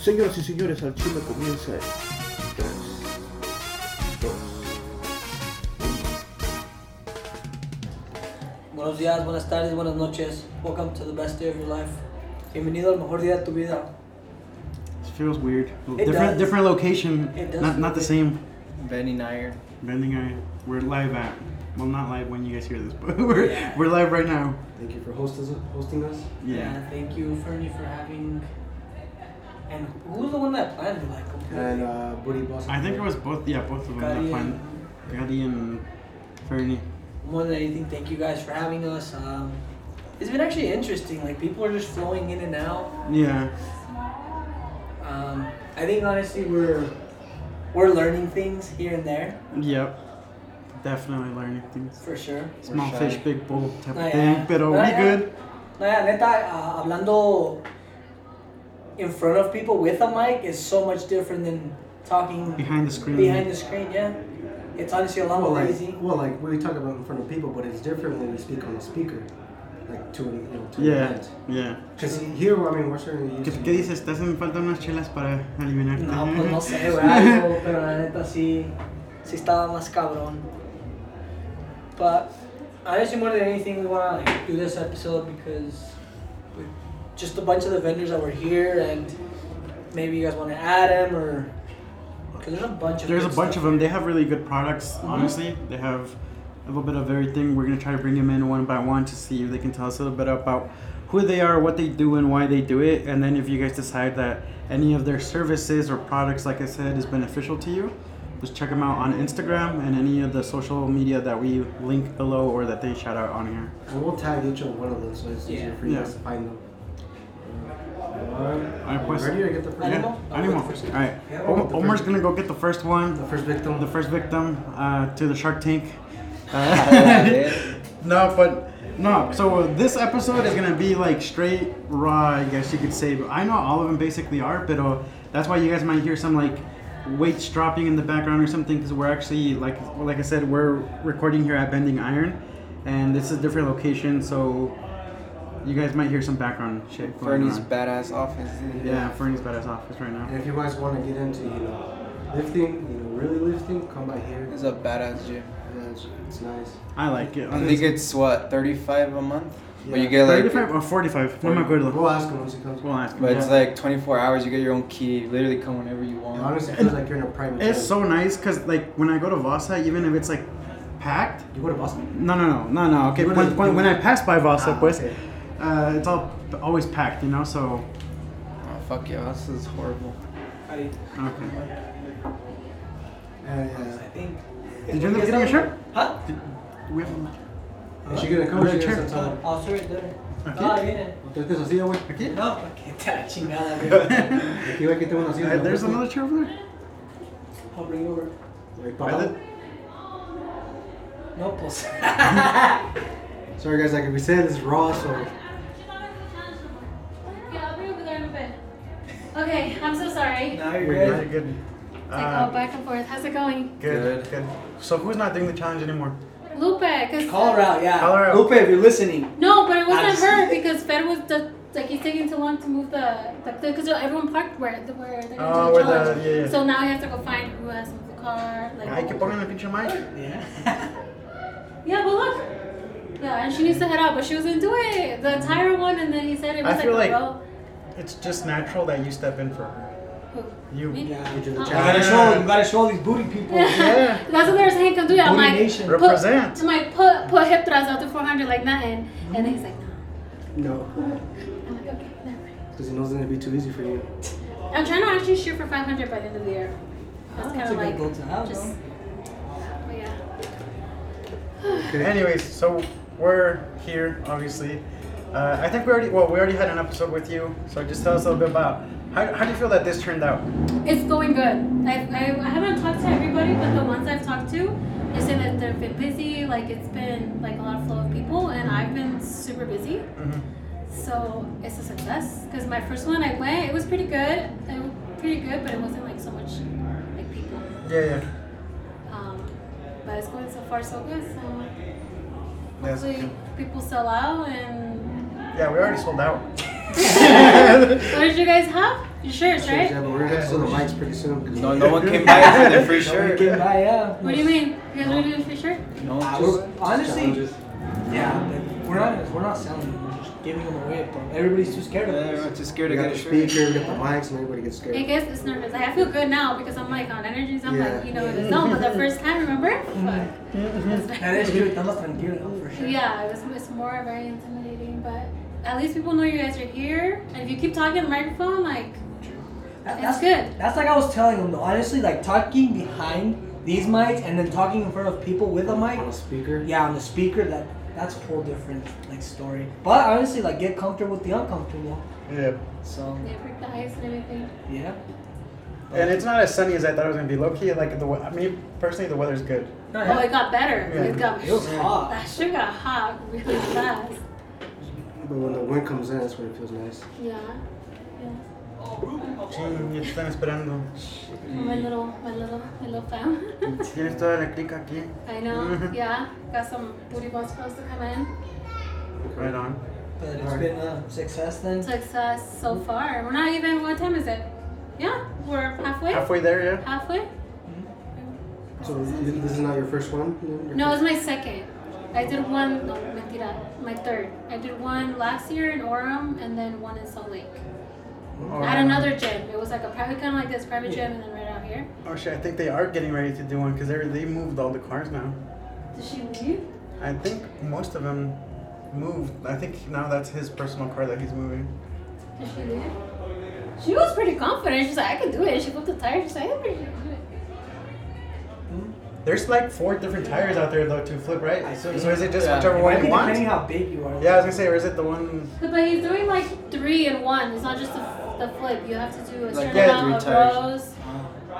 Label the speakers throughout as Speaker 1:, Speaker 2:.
Speaker 1: Señoras y señores, al Chile comienza en 3, 2,
Speaker 2: Buenos días, buenas tardes, buenas noches. Welcome to the best day of your life. Bienvenido al mejor día de tu vida.
Speaker 3: It feels weird.
Speaker 2: It
Speaker 3: different
Speaker 2: does.
Speaker 3: different location.
Speaker 2: It does
Speaker 3: Not not the
Speaker 2: feel
Speaker 3: same.
Speaker 4: Benny Nair.
Speaker 3: Bending eye. We're live at. Well, not live when you guys hear this, but we're
Speaker 2: Yeah.
Speaker 3: we're live right now.
Speaker 5: Thank you for host- hosting us.
Speaker 3: Yeah.
Speaker 2: Uh, thank you, Fernie, for having. And who's the one that planned it? Like,
Speaker 5: And
Speaker 2: completely?
Speaker 5: uh, Booty Boss.
Speaker 3: I think it was both. Yeah, both of them.
Speaker 2: Gotti
Speaker 3: That plan. Gotti and Fernie.
Speaker 2: more than anything, thank you guys for having us. Um, it's been actually interesting. Like, people are just flowing in and out.
Speaker 3: Yeah.
Speaker 2: Um, I think honestly, we're we're learning things here and there
Speaker 3: Yep. Definitely learning things.
Speaker 2: for sure.
Speaker 3: Small
Speaker 5: shy.
Speaker 3: fish, big bowl type
Speaker 2: Nah,
Speaker 3: of thing.
Speaker 2: yeah.
Speaker 3: But are we
Speaker 2: Nah, yeah.
Speaker 3: good?
Speaker 2: No, yeah, neta, uh, hablando in front of people with a mic is so much different than talking
Speaker 3: Behind the screen.
Speaker 2: behind the screen, yeah. It's honestly a lot
Speaker 5: Oh, Well,
Speaker 2: more
Speaker 5: like,
Speaker 2: easy.
Speaker 5: well, like we talk about in front of people, but it's different when we speak on a speaker, like to an, you know, to
Speaker 3: yeah. Yeah.
Speaker 5: Because here, I mean, we're starting to
Speaker 3: ¿Qué,
Speaker 5: use.
Speaker 3: qué dices? ¿Te hacen falta unas chelas para aliviarte?
Speaker 2: No,
Speaker 5: Mm-hmm.
Speaker 2: pues no sé, güey, algo, pero la neta sí, sí estaba más cabrón. But honestly, more than anything, we wanna like, do this episode because we- just a bunch of the vendors that were here, and maybe you guys want to add them or because there's a bunch of
Speaker 3: There's a
Speaker 2: good
Speaker 3: bunch
Speaker 2: stuff. Mm-hmm.
Speaker 3: of them. They have really good products, honestly. They have a little bit of everything. We're going to try to bring them in one by one to see if they can tell us a little bit about who they are, what they do, and why they do it. And then if you guys decide that any of their services or products, like I said, is beneficial to you, just check them out on Instagram and any of the social media that we link below or that they shout out on here.
Speaker 5: And we'll tag each of one of them, so it's
Speaker 2: Yeah.
Speaker 5: easier for you
Speaker 3: Yeah.
Speaker 5: guys to find them. Uh,
Speaker 3: Alright, pues.
Speaker 5: ready to get the first,
Speaker 2: Animal?
Speaker 3: Yeah, animal.
Speaker 2: I'll go first.
Speaker 3: All right.
Speaker 5: Yeah, I'll go
Speaker 3: Om-
Speaker 5: the
Speaker 3: Omar's
Speaker 5: first.
Speaker 3: going to go get the first one.
Speaker 5: the first victim.
Speaker 3: the first victim uh, to the Shark Tank.
Speaker 4: Yeah.
Speaker 3: no, but no. So this episode is gonna be like straight raw, I guess you could say. But I know all of them basically are, but uh, that's why you guys might hear some like weights dropping in the background or something because we're actually like like I said we're recording here at Bending Iron, and this is a different location, so you guys might hear some background shit. Going
Speaker 4: Fernie's
Speaker 3: on.
Speaker 4: badass office.
Speaker 3: yeah, Fernie's badass office right now.
Speaker 5: And if you guys want to get into, you know, lifting, you know, really lifting, come by here.
Speaker 4: It's a badass gym.
Speaker 5: Yeah, it's, it's nice.
Speaker 3: I like it.
Speaker 4: I think it's what, 35 a month? But you
Speaker 5: Yeah.
Speaker 4: get like.
Speaker 3: 35 or 45. No me acuerdo.
Speaker 5: We'll ask him once he comes.
Speaker 3: We'll ask him.
Speaker 4: But it's
Speaker 3: Yeah.
Speaker 4: like 24 hours, you get your own key. You literally come whenever you
Speaker 5: It
Speaker 4: want.
Speaker 5: honestly feels like you're in a private.
Speaker 3: It's
Speaker 5: gym.
Speaker 3: so nice because like when I go to Vasa, even if it's like packed,
Speaker 5: You go to Boston?
Speaker 3: no, no, no, no, no. Okay,
Speaker 5: You
Speaker 3: when,
Speaker 5: wanna-
Speaker 3: when, when I pass by Vasa,
Speaker 5: Ah,
Speaker 3: pues,
Speaker 5: okay.
Speaker 3: uh, it's all always packed, you know. So
Speaker 4: oh, fuck yeah, this is horrible.
Speaker 2: I,
Speaker 3: okay.
Speaker 5: Yeah, yeah.
Speaker 2: I think.
Speaker 3: Did you end up getting a shirt?
Speaker 2: Huh?
Speaker 3: We have one.
Speaker 5: Is she gonna come?
Speaker 3: Really
Speaker 5: She gets
Speaker 3: cheerful.
Speaker 5: some time.
Speaker 2: Oh, sorry, dude.
Speaker 3: Aquí.
Speaker 2: Ah, viene.
Speaker 5: ¿Tú estás así, güey?
Speaker 3: Aquí.
Speaker 2: No, que te la chingada, güey.
Speaker 5: Aquí, güey, aquí tengo una así.
Speaker 3: Uh, there's another chair over there.
Speaker 2: I'll bring it over.
Speaker 5: Wait,
Speaker 3: By
Speaker 5: papa.
Speaker 3: the-
Speaker 2: No, pues.
Speaker 5: Sorry, guys, like we said, it's raw, so.
Speaker 6: Yeah, I'll be over there in a bit. Okay, I'm so sorry.
Speaker 2: now you're
Speaker 3: You're
Speaker 2: good.
Speaker 3: good. good.
Speaker 6: It's like, oh,
Speaker 3: Uh,
Speaker 6: back and forth. How's it going?
Speaker 3: good. Good. So who's not doing the challenge anymore?
Speaker 6: Lupe, because...
Speaker 2: Call her out, yeah.
Speaker 3: Call her out.
Speaker 2: Lupe, if you're listening.
Speaker 6: No, but it wasn't
Speaker 2: Nice.
Speaker 6: her because Fed was the... Like, he's taking too long to move the... Because everyone parked where, the- where they're going to do
Speaker 3: Oh,
Speaker 6: the
Speaker 3: where the-
Speaker 6: challenge.
Speaker 3: yeah, yeah.
Speaker 6: So now I have to go find who has moved the car. Like,
Speaker 3: Ay, que pongan la pinche mic.
Speaker 2: Yeah.
Speaker 6: Yeah, but look. Yeah, and she needs to head out, but she was going to do it. The entire one, and then he said it
Speaker 3: I
Speaker 6: was like,
Speaker 3: feel like-
Speaker 6: a row.
Speaker 3: It's just natural that you step in for her.
Speaker 6: Who?
Speaker 3: You.
Speaker 6: Me?
Speaker 5: Yeah, you do the
Speaker 6: Uh-uh.
Speaker 5: challenge.
Speaker 2: show, you gotta show these booty people.
Speaker 3: Yeah.
Speaker 6: That's what they were saying. Come do it. I'm
Speaker 2: Booty
Speaker 6: like,
Speaker 2: nation.
Speaker 6: put-
Speaker 3: Represent.
Speaker 6: I'm like, put put hip thrusts out to 400 like nothing, and then he's like, no.
Speaker 5: No,
Speaker 6: I'm like, okay, never mind.
Speaker 5: because he knows it's gonna be too easy for you.
Speaker 6: I'm trying to actually shoot for 500 by the end of the year.
Speaker 3: Oh,
Speaker 6: That's kind of like, just, but yeah.
Speaker 3: Anyways, so we're here, obviously. Uh, I think we already well, we already had an episode with you. So just tell us a little bit about how, how do you feel that this turned out?
Speaker 6: It's going good. I, I, I haven't talked to everybody, but the ones I've talked to, they say that they've been busy. Like it's been like a lot of flow of people, and I've been super busy.
Speaker 3: Mhm.
Speaker 6: So it's a success because my first one I went, it was pretty good. It was pretty good, but it wasn't like so much like people.
Speaker 3: Yeah, yeah.
Speaker 6: Um, but it's going so far so good. So
Speaker 3: That's
Speaker 6: hopefully
Speaker 3: good.
Speaker 6: people sell out and
Speaker 3: Yeah, we already sold out.
Speaker 6: What did you guys have? Your shirts,
Speaker 5: Shirts,
Speaker 6: right?
Speaker 5: Yeah, but we're gonna have to sell the mics pretty soon. 'cause
Speaker 4: No, no one came by for their free
Speaker 2: Sure.
Speaker 4: shirt.
Speaker 2: Can buy, yeah.
Speaker 6: What do you mean? You guys are gonna do a free shirt?
Speaker 4: No,
Speaker 2: Uh,
Speaker 4: just-
Speaker 2: we're- honestly,
Speaker 5: challenges.
Speaker 2: yeah, but we're not we're not selling them. We're just giving them away. But everybody's too scared of
Speaker 4: Yeah,
Speaker 2: us.
Speaker 4: I'm too scared
Speaker 5: We
Speaker 4: to
Speaker 5: got
Speaker 4: get
Speaker 5: the
Speaker 4: a shirt.
Speaker 5: speaker, we got the mics, and everybody gets
Speaker 6: I
Speaker 5: scared.
Speaker 6: guess it's nervous. Like, I feel good now because I'm like on energies. I'm like,
Speaker 5: Yeah.
Speaker 6: you know, in the zone. But the first time, remember? Fuck.
Speaker 2: That is true. Estamos tranquilos for sure.
Speaker 6: Yeah, it was, it's more very intimidating. But at least people know you guys are here. And if you keep talking in the microphone, like,
Speaker 2: That-
Speaker 6: It's good.
Speaker 2: That's like I was telling them though. Honestly, like talking behind these mics and then talking in front of people with a mic.
Speaker 5: On a speaker.
Speaker 2: Yeah, on the speaker. That that's a whole different like story. But honestly, like get comfortable with the uncomfortable.
Speaker 3: Yeah.
Speaker 2: So
Speaker 6: they break the ice and everything.
Speaker 2: yeah,
Speaker 3: And it's not as sunny as I thought it was gonna be. Low key, like the we- I mean, personally, the weather's good.
Speaker 6: Oh, it got better. It got
Speaker 2: it was hot.
Speaker 6: That shit got hot really fast.
Speaker 5: But when the wind comes in, that's when it feels nice.
Speaker 6: Yeah.
Speaker 2: Oh,
Speaker 3: están esperando.
Speaker 6: My little, my little, my little fam.
Speaker 3: Tienes toda la clica aquí.
Speaker 6: I know.
Speaker 2: Mm-hmm.
Speaker 6: Yeah. Got some booty balls supposed to come in.
Speaker 3: Right on.
Speaker 2: But it's been a success then.
Speaker 6: Success so far. We're not even. What time is it? Yeah, we're halfway.
Speaker 3: Halfway there, yeah.
Speaker 6: Halfway?
Speaker 5: So th- this is not your first one? Your
Speaker 6: No,
Speaker 5: first-
Speaker 6: it's my second. I did one. No, mentira. My third. I did one last year in Orem, and then one in Salt Lake.
Speaker 2: Oh,
Speaker 6: At another gym. It was like a private, kind of like this private gym, and then right out here.
Speaker 3: Oh shit! I think they are getting ready to do one because they they moved all the cars now.
Speaker 6: Did she leave?
Speaker 3: I think most of them moved. I think now that's his personal car that he's moving.
Speaker 6: Did she leave? She was pretty confident. She's like, I can do it. She flipped the tire. She's like, I'm pretty sure I can do it.
Speaker 3: There's like four different tires out there though to flip, right? So, so is it just
Speaker 4: Yeah.
Speaker 3: whichever
Speaker 2: It
Speaker 3: one
Speaker 2: might
Speaker 3: you
Speaker 2: be
Speaker 3: want?
Speaker 2: depending how big you are.
Speaker 3: Yeah, I was gonna say, or is it the one?
Speaker 6: But he's doing like three in one. It's not just the, the flip. You have to do a
Speaker 4: Like,
Speaker 6: certain
Speaker 3: yeah,
Speaker 6: amount of
Speaker 4: three tires.
Speaker 6: rows,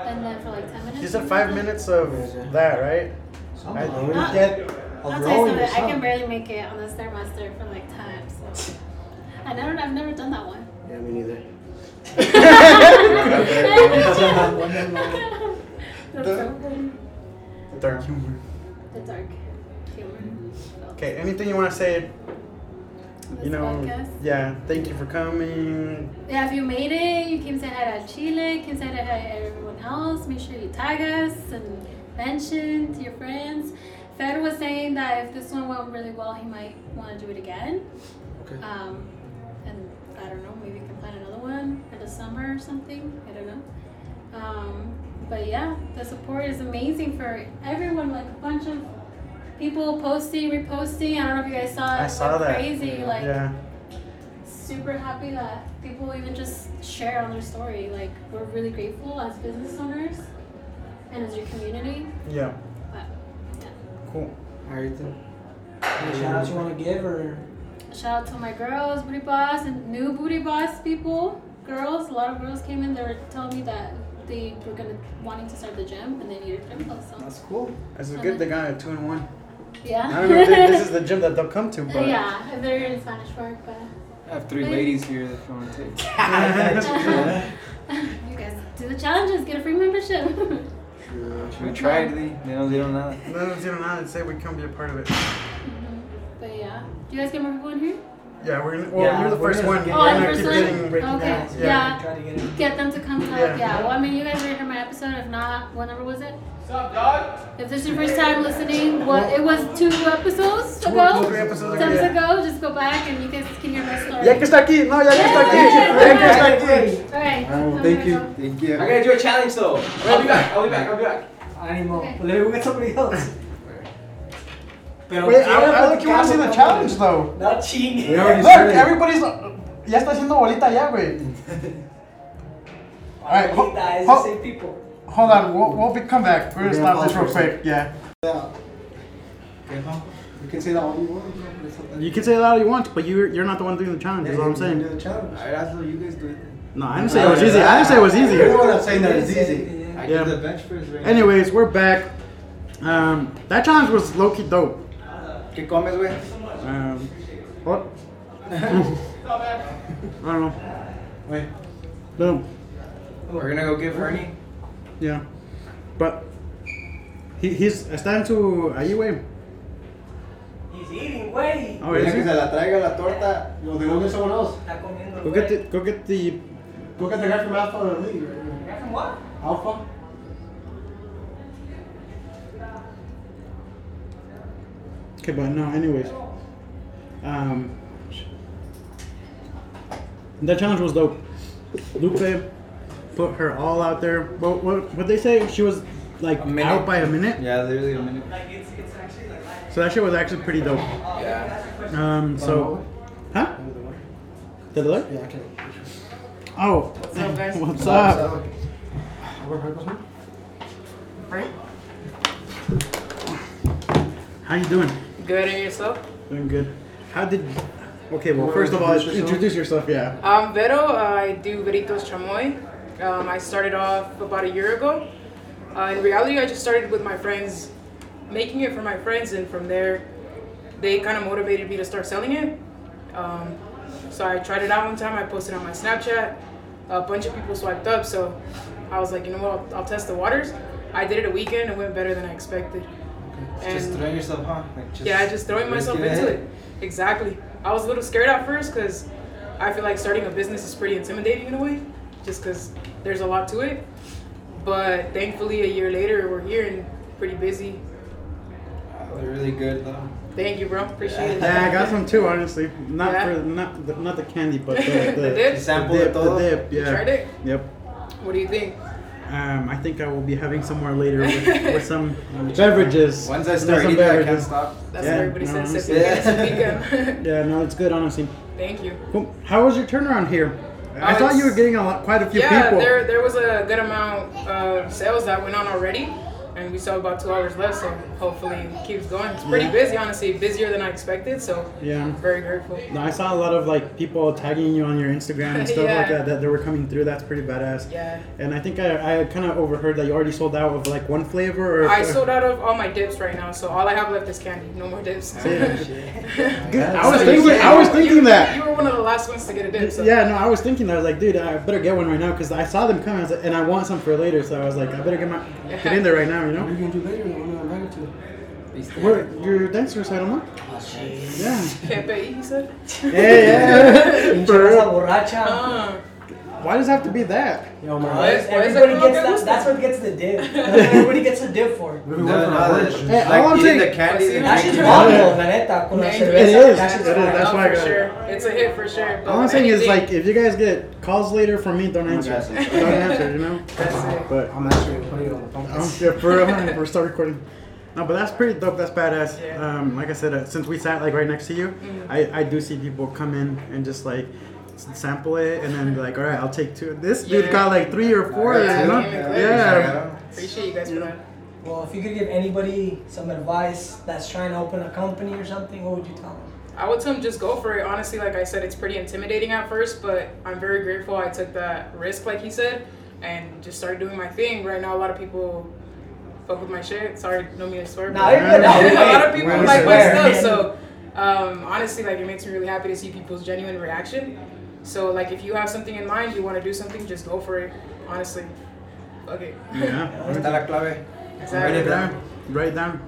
Speaker 6: and then for like ten minutes.
Speaker 3: You said five minutes of
Speaker 5: Yeah.
Speaker 3: that, right?
Speaker 5: Some
Speaker 3: I,
Speaker 5: of them.
Speaker 3: yeah,
Speaker 6: I'll tell you
Speaker 5: Roll
Speaker 6: something. I
Speaker 5: yourself.
Speaker 6: can barely make it on the stairmaster for like time. So I never, I've never done that one.
Speaker 5: Yeah, me neither.
Speaker 6: the,
Speaker 3: dark
Speaker 6: the dark humor.
Speaker 3: Okay, anything you want to say?
Speaker 6: This
Speaker 3: You know,
Speaker 6: podcast.
Speaker 3: yeah. Thank you for coming.
Speaker 6: Yeah, if you made it, you can say hi to Chile, you can say hi to everyone else. Make sure you tag us and mention to your friends. Fed was saying that if this one went really well, he might want to do it again.
Speaker 5: Okay.
Speaker 6: Um, and I don't know, maybe we can plan another one for the summer or something. I don't know. Um, but yeah, the support is amazing for everyone. Like a bunch of people posting, reposting. I don't know if you guys saw. it.
Speaker 3: I saw
Speaker 6: Like
Speaker 3: that.
Speaker 6: Uh, Crazy, like
Speaker 3: Yeah,
Speaker 6: super happy that people even just share on their story. Like we're really grateful as business owners and as your community.
Speaker 3: yeah.
Speaker 6: But
Speaker 3: Cool.
Speaker 5: All right then.
Speaker 2: Any shout outs you want to give or
Speaker 6: shout out to my girls, booty boss, and new booty boss people. Girls, a lot of girls came in. They were telling me that they were gonna wanting to start the gym and they needed gym clothes. So
Speaker 2: that's cool.
Speaker 3: This is good. They got a two in one.
Speaker 6: yeah.
Speaker 3: I don't know if thi- this is the gym that they'll come to, but
Speaker 6: Uh, yeah, if they're in Spanish Fork, but
Speaker 4: I have three ladies here that want to take.
Speaker 6: you guys do the challenges, get a free membership.
Speaker 4: We tried, they, they don't, they don't know.
Speaker 3: no, no, they don't know. They say we can be a part of it.
Speaker 6: but yeah, do you guys get more people in here?
Speaker 3: Yeah, we're gonna, well,
Speaker 2: Yeah,
Speaker 3: you're the
Speaker 2: we're
Speaker 3: first
Speaker 2: gonna-
Speaker 3: one.
Speaker 2: Oh,
Speaker 3: We're
Speaker 6: I'm
Speaker 3: gonna
Speaker 6: the
Speaker 3: keep
Speaker 6: first one?
Speaker 3: getting breaking
Speaker 6: Okay.
Speaker 3: down.
Speaker 6: Yeah.
Speaker 2: Try to get it.
Speaker 6: Get them to come talk. Yeah.
Speaker 3: Yeah.
Speaker 6: Well, I mean, you guys already heard my episode. If not, what number was it? If this is your first time listening, what it was two episodes ago.
Speaker 3: two, three episodes ago,
Speaker 6: Times
Speaker 3: yeah.
Speaker 6: ago, just go back and you guys can hear my story.
Speaker 3: Ya que está aquí, no, ya que está aquí,
Speaker 6: Yeah.
Speaker 3: ya que está aquí.
Speaker 6: All right.
Speaker 5: Oh,
Speaker 6: I'm
Speaker 5: thank
Speaker 6: gonna
Speaker 5: you.
Speaker 6: go.
Speaker 4: Thank you.
Speaker 1: I gotta do a challenge though. I'll be back. I'll be back. I'll be back.
Speaker 2: Animo.
Speaker 6: Okay.
Speaker 2: Let me get somebody else. Pero
Speaker 3: Wait,
Speaker 2: quiero
Speaker 3: I, I think you want to see the
Speaker 2: platicar con
Speaker 3: challenge though.
Speaker 2: alguien. No chingue.
Speaker 5: We already
Speaker 3: Look,
Speaker 5: started.
Speaker 3: everybody's ya está haciendo bolita ya, güey. All right, ho-
Speaker 2: Bonita, it's
Speaker 3: ho-
Speaker 2: the same people.
Speaker 3: Hold on, we'll, we'll be, come back. We're gonna
Speaker 5: Yeah,
Speaker 3: stop this real
Speaker 5: pause for a
Speaker 3: quick. Yeah.
Speaker 5: You can say that all you want. That's not that-
Speaker 3: You can say that all you want, but you're you're not the one doing the challenge.
Speaker 5: Yeah,
Speaker 3: Is
Speaker 5: you
Speaker 3: what I'm
Speaker 5: can
Speaker 3: saying.
Speaker 5: do the challenge.
Speaker 4: Alright, that's what you guys do. it.
Speaker 3: No, I didn't say it was easy. I didn't say it was
Speaker 5: You're the
Speaker 3: easy.
Speaker 5: one that's saying that it's easy.
Speaker 2: Yeah.
Speaker 4: I
Speaker 3: Yeah.
Speaker 4: did the bench press right
Speaker 3: Anyways, we're back. Um, that challenge was low key dope.
Speaker 4: ¿Qué comes, güey?
Speaker 3: Um, what? I don't know.
Speaker 4: Wait.
Speaker 3: Boom.
Speaker 4: We're gonna go give Ernie.
Speaker 3: Yeah. But he, he's está en su ahí, güey.
Speaker 2: He's eating, güey.
Speaker 3: Oh,
Speaker 4: Dile
Speaker 3: is
Speaker 4: que
Speaker 3: it?
Speaker 4: se la traiga la torta.
Speaker 7: Yo, ¿de dónde someone else?
Speaker 2: Está comiendo,
Speaker 3: Go
Speaker 2: güey.
Speaker 3: get the go get the
Speaker 7: Go get the guy from Alpha or League. right?
Speaker 2: You got some what?
Speaker 7: Alpha?
Speaker 3: okay, but no. Anyways, um, that challenge was dope. Lupe put her all out there. What what what they say? She was like
Speaker 4: A minute.
Speaker 3: out by a minute.
Speaker 4: Yeah, literally a minute.
Speaker 2: Like it's it's actually like that.
Speaker 3: So that shit was actually pretty dope.
Speaker 4: Yeah.
Speaker 3: Um, so, huh? Did it look?
Speaker 5: Yeah, okay.
Speaker 3: Oh,
Speaker 8: What's up, guys?
Speaker 3: What's up?
Speaker 5: Overheard this one?
Speaker 8: Frank?
Speaker 3: How you doing?
Speaker 8: Good and yourself?
Speaker 3: Doing good. How did? Okay, well,
Speaker 7: Wanna
Speaker 3: first of all,
Speaker 7: introduce yourself?
Speaker 3: introduce yourself. Yeah.
Speaker 8: Um, Vero, I do Veritos Chamoy. Um, I started off about a year ago. Uh, in reality, I just started with my friends, making it for my friends, and from there, they kind of motivated me to start selling it. Um, so I tried it out one time. I posted on my Snapchat. A bunch of people swiped up, so I was like, you know what? I'll, I'll test the waters. I did it a weekend. It went better than I expected.
Speaker 4: Just throwing yourself, huh? Like just
Speaker 8: yeah, just throwing myself
Speaker 4: risking
Speaker 8: into it. Exactly. I was a little scared at first because I feel like starting a business is pretty intimidating in a way, just because there's a lot to it. But thankfully, a year later, we're here and pretty busy.
Speaker 4: Wow, They're really good though.
Speaker 8: Thank you, bro. Appreciate it.
Speaker 3: Yeah, I got some too. Honestly, not
Speaker 8: Yeah.
Speaker 3: for not the, not the candy, but the,
Speaker 8: The dip?
Speaker 4: Sample
Speaker 3: the
Speaker 4: de
Speaker 3: dip, the
Speaker 4: todo.
Speaker 3: dip. Yeah.
Speaker 8: You tried it?
Speaker 3: Yep.
Speaker 8: What do you think?
Speaker 3: Um, I think I will be having somewhere later with, with some uh, beverages.
Speaker 4: Once I
Speaker 3: With
Speaker 4: start
Speaker 3: some
Speaker 4: eating, I can't
Speaker 3: beverages.
Speaker 4: stop.
Speaker 8: That's
Speaker 3: Yeah,
Speaker 8: what everybody
Speaker 3: no,
Speaker 8: says.
Speaker 4: honestly.
Speaker 8: Yeah.
Speaker 3: Yeah, no, it's good. Honestly,
Speaker 8: Thank you.
Speaker 3: Cool. how was your turnaround here? I
Speaker 8: Oh,
Speaker 3: thought you
Speaker 8: it's-
Speaker 3: were getting a lot, quite a few
Speaker 8: yeah,
Speaker 3: people.
Speaker 8: there there was a good amount of sales that went on already, and we still have about two hours left, so hopefully it keeps going. It's pretty
Speaker 3: Yeah.
Speaker 8: busy, honestly, busier than I expected, so
Speaker 3: Yeah.
Speaker 8: very grateful.
Speaker 3: No, I saw a lot of like people tagging you on your Instagram and stuff like
Speaker 8: Yeah.
Speaker 3: that that they were coming through. That's pretty badass.
Speaker 8: Yeah,
Speaker 3: And I think I, I kind of overheard that you already sold out of like one flavor. Or
Speaker 8: I sold out of all my dips right now, so all I have left is candy. No more dips.
Speaker 3: Yeah.
Speaker 8: I
Speaker 3: I was thinking. I was thinking that.
Speaker 8: You were one of the last ones to get a dip. So.
Speaker 3: Yeah, no, I was thinking. that. I was like, dude, I better get one right now because I saw them coming, I was like- and I want some for later. So I was like, I better get my get in there right now. You
Speaker 5: What
Speaker 3: know,
Speaker 5: are you gonna do later? I wanna invite you to.
Speaker 3: we're you're dancer recital, huh?
Speaker 2: Oh,
Speaker 3: Yeah.
Speaker 8: Pepe, he said.
Speaker 3: Yeah, yeah.
Speaker 2: Pinche
Speaker 3: For
Speaker 2: raza
Speaker 3: real.
Speaker 2: borracha.
Speaker 8: Uh,
Speaker 3: Why does it have to be that?
Speaker 5: Yo,
Speaker 2: Well,
Speaker 5: man.
Speaker 8: What?
Speaker 2: that's-
Speaker 8: Why is
Speaker 2: Everybody
Speaker 8: that
Speaker 2: gets
Speaker 8: Coca-Cola?
Speaker 2: that. That's what gets the dip. Everybody gets a dip for it.
Speaker 5: We
Speaker 4: No,
Speaker 5: went for
Speaker 4: no,
Speaker 5: lunch.
Speaker 4: that-
Speaker 3: Hey, I
Speaker 4: like
Speaker 3: wanna
Speaker 4: eating
Speaker 3: take-
Speaker 4: the
Speaker 8: I
Speaker 4: candy.
Speaker 8: see
Speaker 4: and
Speaker 2: That
Speaker 8: that.
Speaker 2: shit's
Speaker 4: drinking
Speaker 2: bomb,
Speaker 4: it.
Speaker 2: though, la neta, con la
Speaker 8: Thank you.
Speaker 2: cerveza.
Speaker 3: It is.
Speaker 2: That shit's
Speaker 3: It is.
Speaker 2: bomb.
Speaker 3: That's
Speaker 8: no,
Speaker 3: why I
Speaker 8: for
Speaker 3: got it.
Speaker 8: sure. It's a hit for sure. but
Speaker 3: All I'm saying is
Speaker 8: anything-
Speaker 3: like, if you guys get calls later from me, don't
Speaker 4: my
Speaker 3: answer.
Speaker 4: gosh, that's-
Speaker 3: Don't answer. You know.
Speaker 8: That's it.
Speaker 3: But
Speaker 5: I'm actually gonna put it on the phone.
Speaker 3: Oh, yeah, for real. We're still recording. No, but that's pretty dope. That's badass.
Speaker 8: Yeah. Mm.
Speaker 3: Um, like I said, uh, since we sat like right next to you, I, I do see people come in and just like s- sample it and then be like, all right, I'll take two. This dude
Speaker 8: Yeah.
Speaker 3: got like three or four.
Speaker 8: Yeah,
Speaker 3: you know?
Speaker 8: yeah,
Speaker 4: Yeah.
Speaker 3: yeah.
Speaker 8: Appreciate you guys for that.
Speaker 2: Well, if you could give anybody some advice that's trying to open a company or something, what would you tell them?
Speaker 8: I would tell him just go for it. Honestly, like I said, it's pretty intimidating at first, but I'm very grateful I took that risk, like he said, and just started doing my thing. Right now, a lot of people fuck with my shit. Sorry, no mean to swear.
Speaker 2: Nah,
Speaker 8: but
Speaker 2: you're good. Nah,
Speaker 8: a
Speaker 2: you're
Speaker 8: lot of
Speaker 2: good.
Speaker 8: people
Speaker 3: We're
Speaker 8: like my
Speaker 2: good.
Speaker 8: stuff. So um, honestly, like it makes me really happy to see people's genuine reaction. So like, if you have something in mind, you want to do something, just go for it. Honestly, fuck it.
Speaker 3: Yeah.
Speaker 4: Está la clave.
Speaker 3: Write it
Speaker 8: exactly.
Speaker 3: down. Write down.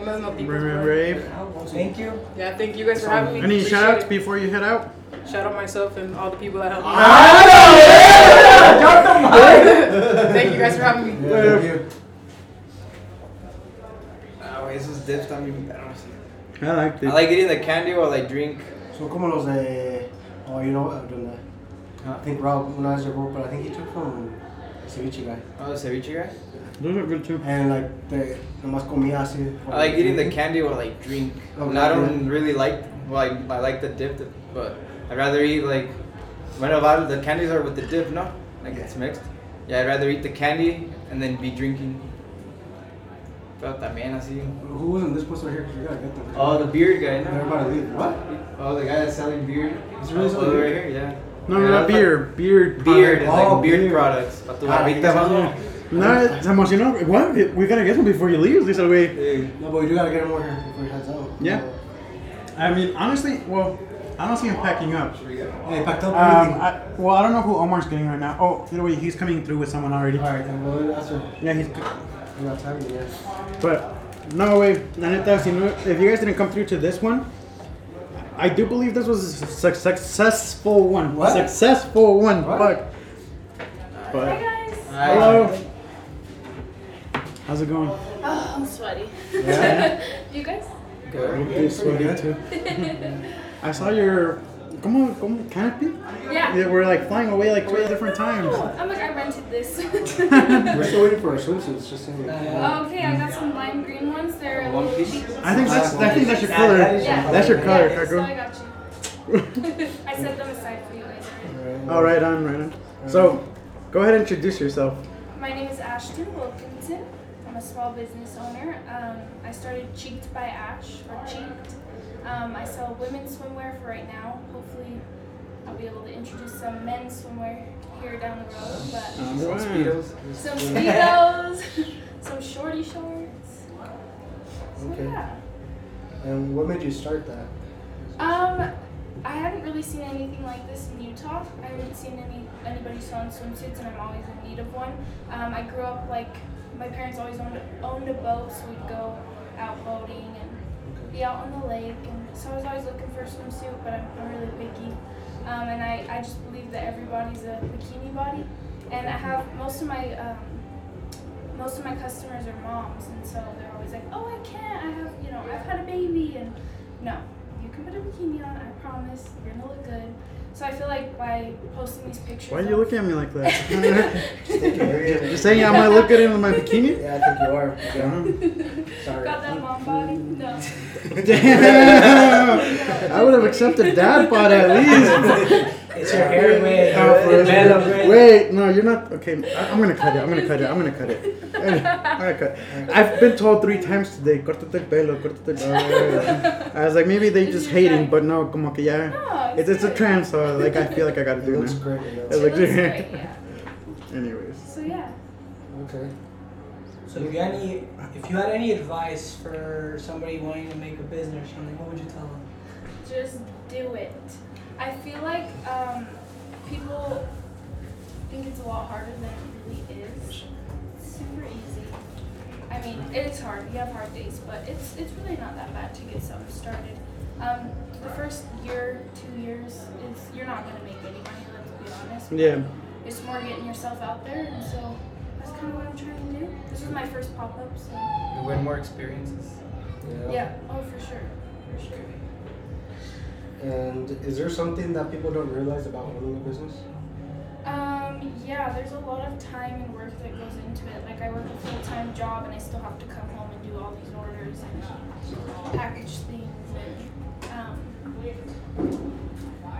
Speaker 8: Unas notitas,
Speaker 3: Rave,
Speaker 8: bro.
Speaker 3: rave.
Speaker 2: Thank you.
Speaker 8: Yeah, thank you guys for having me.
Speaker 3: Any
Speaker 8: Appreciate
Speaker 3: shout outs
Speaker 8: it.
Speaker 3: before you head out?
Speaker 8: Shout out myself and all the people that helped me.
Speaker 4: Ah,
Speaker 2: Drop the mic.
Speaker 8: Thank you guys for having me.
Speaker 4: Yeah, thank you. Ah, güey, esos dips están bien perros.
Speaker 3: I liked
Speaker 4: I
Speaker 3: it.
Speaker 4: like eating the candy while I drink.
Speaker 5: So como los de, oh, you know, I've done that. I think Rob, when I was at work, but I think he took from ceviche guy.
Speaker 4: Oh, the ceviche guy?
Speaker 3: Those are good too.
Speaker 5: And like the nomás comía así.
Speaker 4: I like eating the candy while I drink.
Speaker 5: Oh,
Speaker 4: And I
Speaker 5: yeah.
Speaker 4: don't really like, well, I, I like the dip, but I'd rather eat like, when a lot of the candies are with the dip, no? Like it's mixed. Yeah, I'd rather eat the candy and then be drinking. Pero también así.
Speaker 5: Who was in this place right here? 'Cause you gotta get them.
Speaker 4: Oh, the beard guy, no?
Speaker 5: Everybody leave. What?
Speaker 4: Oh, the guy that's selling beard.
Speaker 5: He's really
Speaker 4: Oh,
Speaker 5: selling
Speaker 4: right
Speaker 5: beard?
Speaker 4: here, yeah.
Speaker 3: No, no,
Speaker 4: Yeah, I
Speaker 3: not
Speaker 4: thought-
Speaker 3: beer. Beard.
Speaker 4: Beard, it's
Speaker 5: Oh,
Speaker 4: like beard,
Speaker 5: beard.
Speaker 4: products. Pa' tu
Speaker 5: Ah,
Speaker 4: barbita,
Speaker 5: ahorita
Speaker 4: mano.
Speaker 5: vamos.
Speaker 3: No, se emocionó. What? We gotta get some before you leave. This way.
Speaker 4: Dude,
Speaker 5: No, but we do gotta get him over here before he heads out.
Speaker 3: Yeah. I mean, honestly, well, I don't see him packing up.
Speaker 5: Hey, packed up
Speaker 3: Ah, Um,
Speaker 5: everything.
Speaker 3: I, well, I don't know who Omar's getting right now. Oh, either way, he's coming through with someone already.
Speaker 5: All right, then we'll answer.
Speaker 3: Yeah, he's.
Speaker 5: We got time, yeah.
Speaker 3: But No way, la neta, si no, if you guys didn't come through to this one, I do believe this was a suc- successful one.
Speaker 5: What?
Speaker 3: Successful one,
Speaker 5: What?
Speaker 3: fuck. But
Speaker 9: Hi guys.
Speaker 3: hello, how's it going?
Speaker 9: Oh, I'm sweaty. you guys?
Speaker 4: Good.
Speaker 3: Pretty sweaty
Speaker 5: good.
Speaker 3: too. I saw your come on, come on, canopy.
Speaker 9: Yeah.
Speaker 3: Yeah, we're like flying away like three different times.
Speaker 9: Oh, I'm like I rented this.
Speaker 5: We're still waiting for our swimsuits, just in
Speaker 9: Oh, okay, I got some lime green ones. They're a
Speaker 4: One
Speaker 9: little
Speaker 4: piece?
Speaker 9: pink.
Speaker 3: I think that's I think that's your color.
Speaker 5: That is-
Speaker 9: Yeah.
Speaker 3: That's your color,
Speaker 9: Yeah, so
Speaker 3: Kaku.
Speaker 9: I got you. I set them aside for you guys.
Speaker 3: Oh, right on, right on. So, go ahead and introduce yourself.
Speaker 9: My name is Ashton Wilkinson. I'm a small business owner. Um, I started Cheeked by Ash, or Cheeked. Um, I sell women's swimwear for right now. Hopefully, I'll be able to introduce some men's swimwear here down the road. But
Speaker 3: Um,
Speaker 4: Some
Speaker 3: wow.
Speaker 4: speedos.
Speaker 9: some speedos, some shorty shorts. So,
Speaker 5: Okay.
Speaker 9: yeah.
Speaker 5: And what made you start that?
Speaker 9: Um, I haven't really seen anything like this in Utah. I haven't seen any anybody selling swimsuits, and I'm always in need of one. Um, I grew up like my parents always owned, owned a boat, so we'd go out boating and be out on the lake, and so I was always looking for a swimsuit, but I'm, I'm really picky. Um, and I, I just believe that everybody's a bikini body, and I have most of my um, most of my customers are moms, and so they're always like, "Oh, I can't. I have, you know, I've had a baby." And no, you can put a bikini on. I promise, you're gonna look good. So I feel like by posting these pictures.
Speaker 3: Why are you looking at me like that?
Speaker 5: Thank you, very
Speaker 3: You're
Speaker 5: much.
Speaker 3: saying I might look good in my bikini?
Speaker 5: Yeah, I think you are. Yeah. Sorry.
Speaker 9: Got that mom body? No.
Speaker 3: Damn! I would have accepted that part at least.
Speaker 2: It's your hair, way.
Speaker 3: Oh, for
Speaker 2: Your
Speaker 3: sure.
Speaker 2: mellow, way.
Speaker 3: Wait, no, you're not. Okay, I, am gonna cut it. I'm gonna cut it. I'm gonna cut it. I'm gonna cut. it. I've been told three times today, cortate el pelo, cortate el pelo. I was like, maybe they just hating, but no, como que ya.
Speaker 9: No.
Speaker 3: It's, it's a
Speaker 9: good.
Speaker 3: trend, so like I feel like I gotta
Speaker 5: It
Speaker 3: do
Speaker 5: looks
Speaker 3: it.
Speaker 5: great. It
Speaker 9: It
Speaker 5: looks-
Speaker 3: looks
Speaker 9: looks great.
Speaker 3: good.
Speaker 9: Yeah.
Speaker 3: Anyways.
Speaker 9: So yeah.
Speaker 5: Okay.
Speaker 2: So if you had any, if you had any advice for somebody wanting to make a business or something, what would you tell them?
Speaker 9: just do it. I feel like um, people think it's a lot harder than it really is. It's super easy. I mean, it is hard. You have hard days, but it's it's really not that bad to get something started. Um, the first year, two years, is you're not gonna make any money. Let's be honest.
Speaker 3: Yeah.
Speaker 9: It's more getting yourself out there, and so that's kind of what I'm trying to do. This is my first pop up, so
Speaker 4: You win more experiences.
Speaker 9: yeah. Oh, for sure, for sure.
Speaker 5: And is there something that people don't realize about owning a business?
Speaker 9: Um, yeah, there's a lot of time and work that goes into it. Like I work a full time job and I still have to come home and do all these orders and package things and um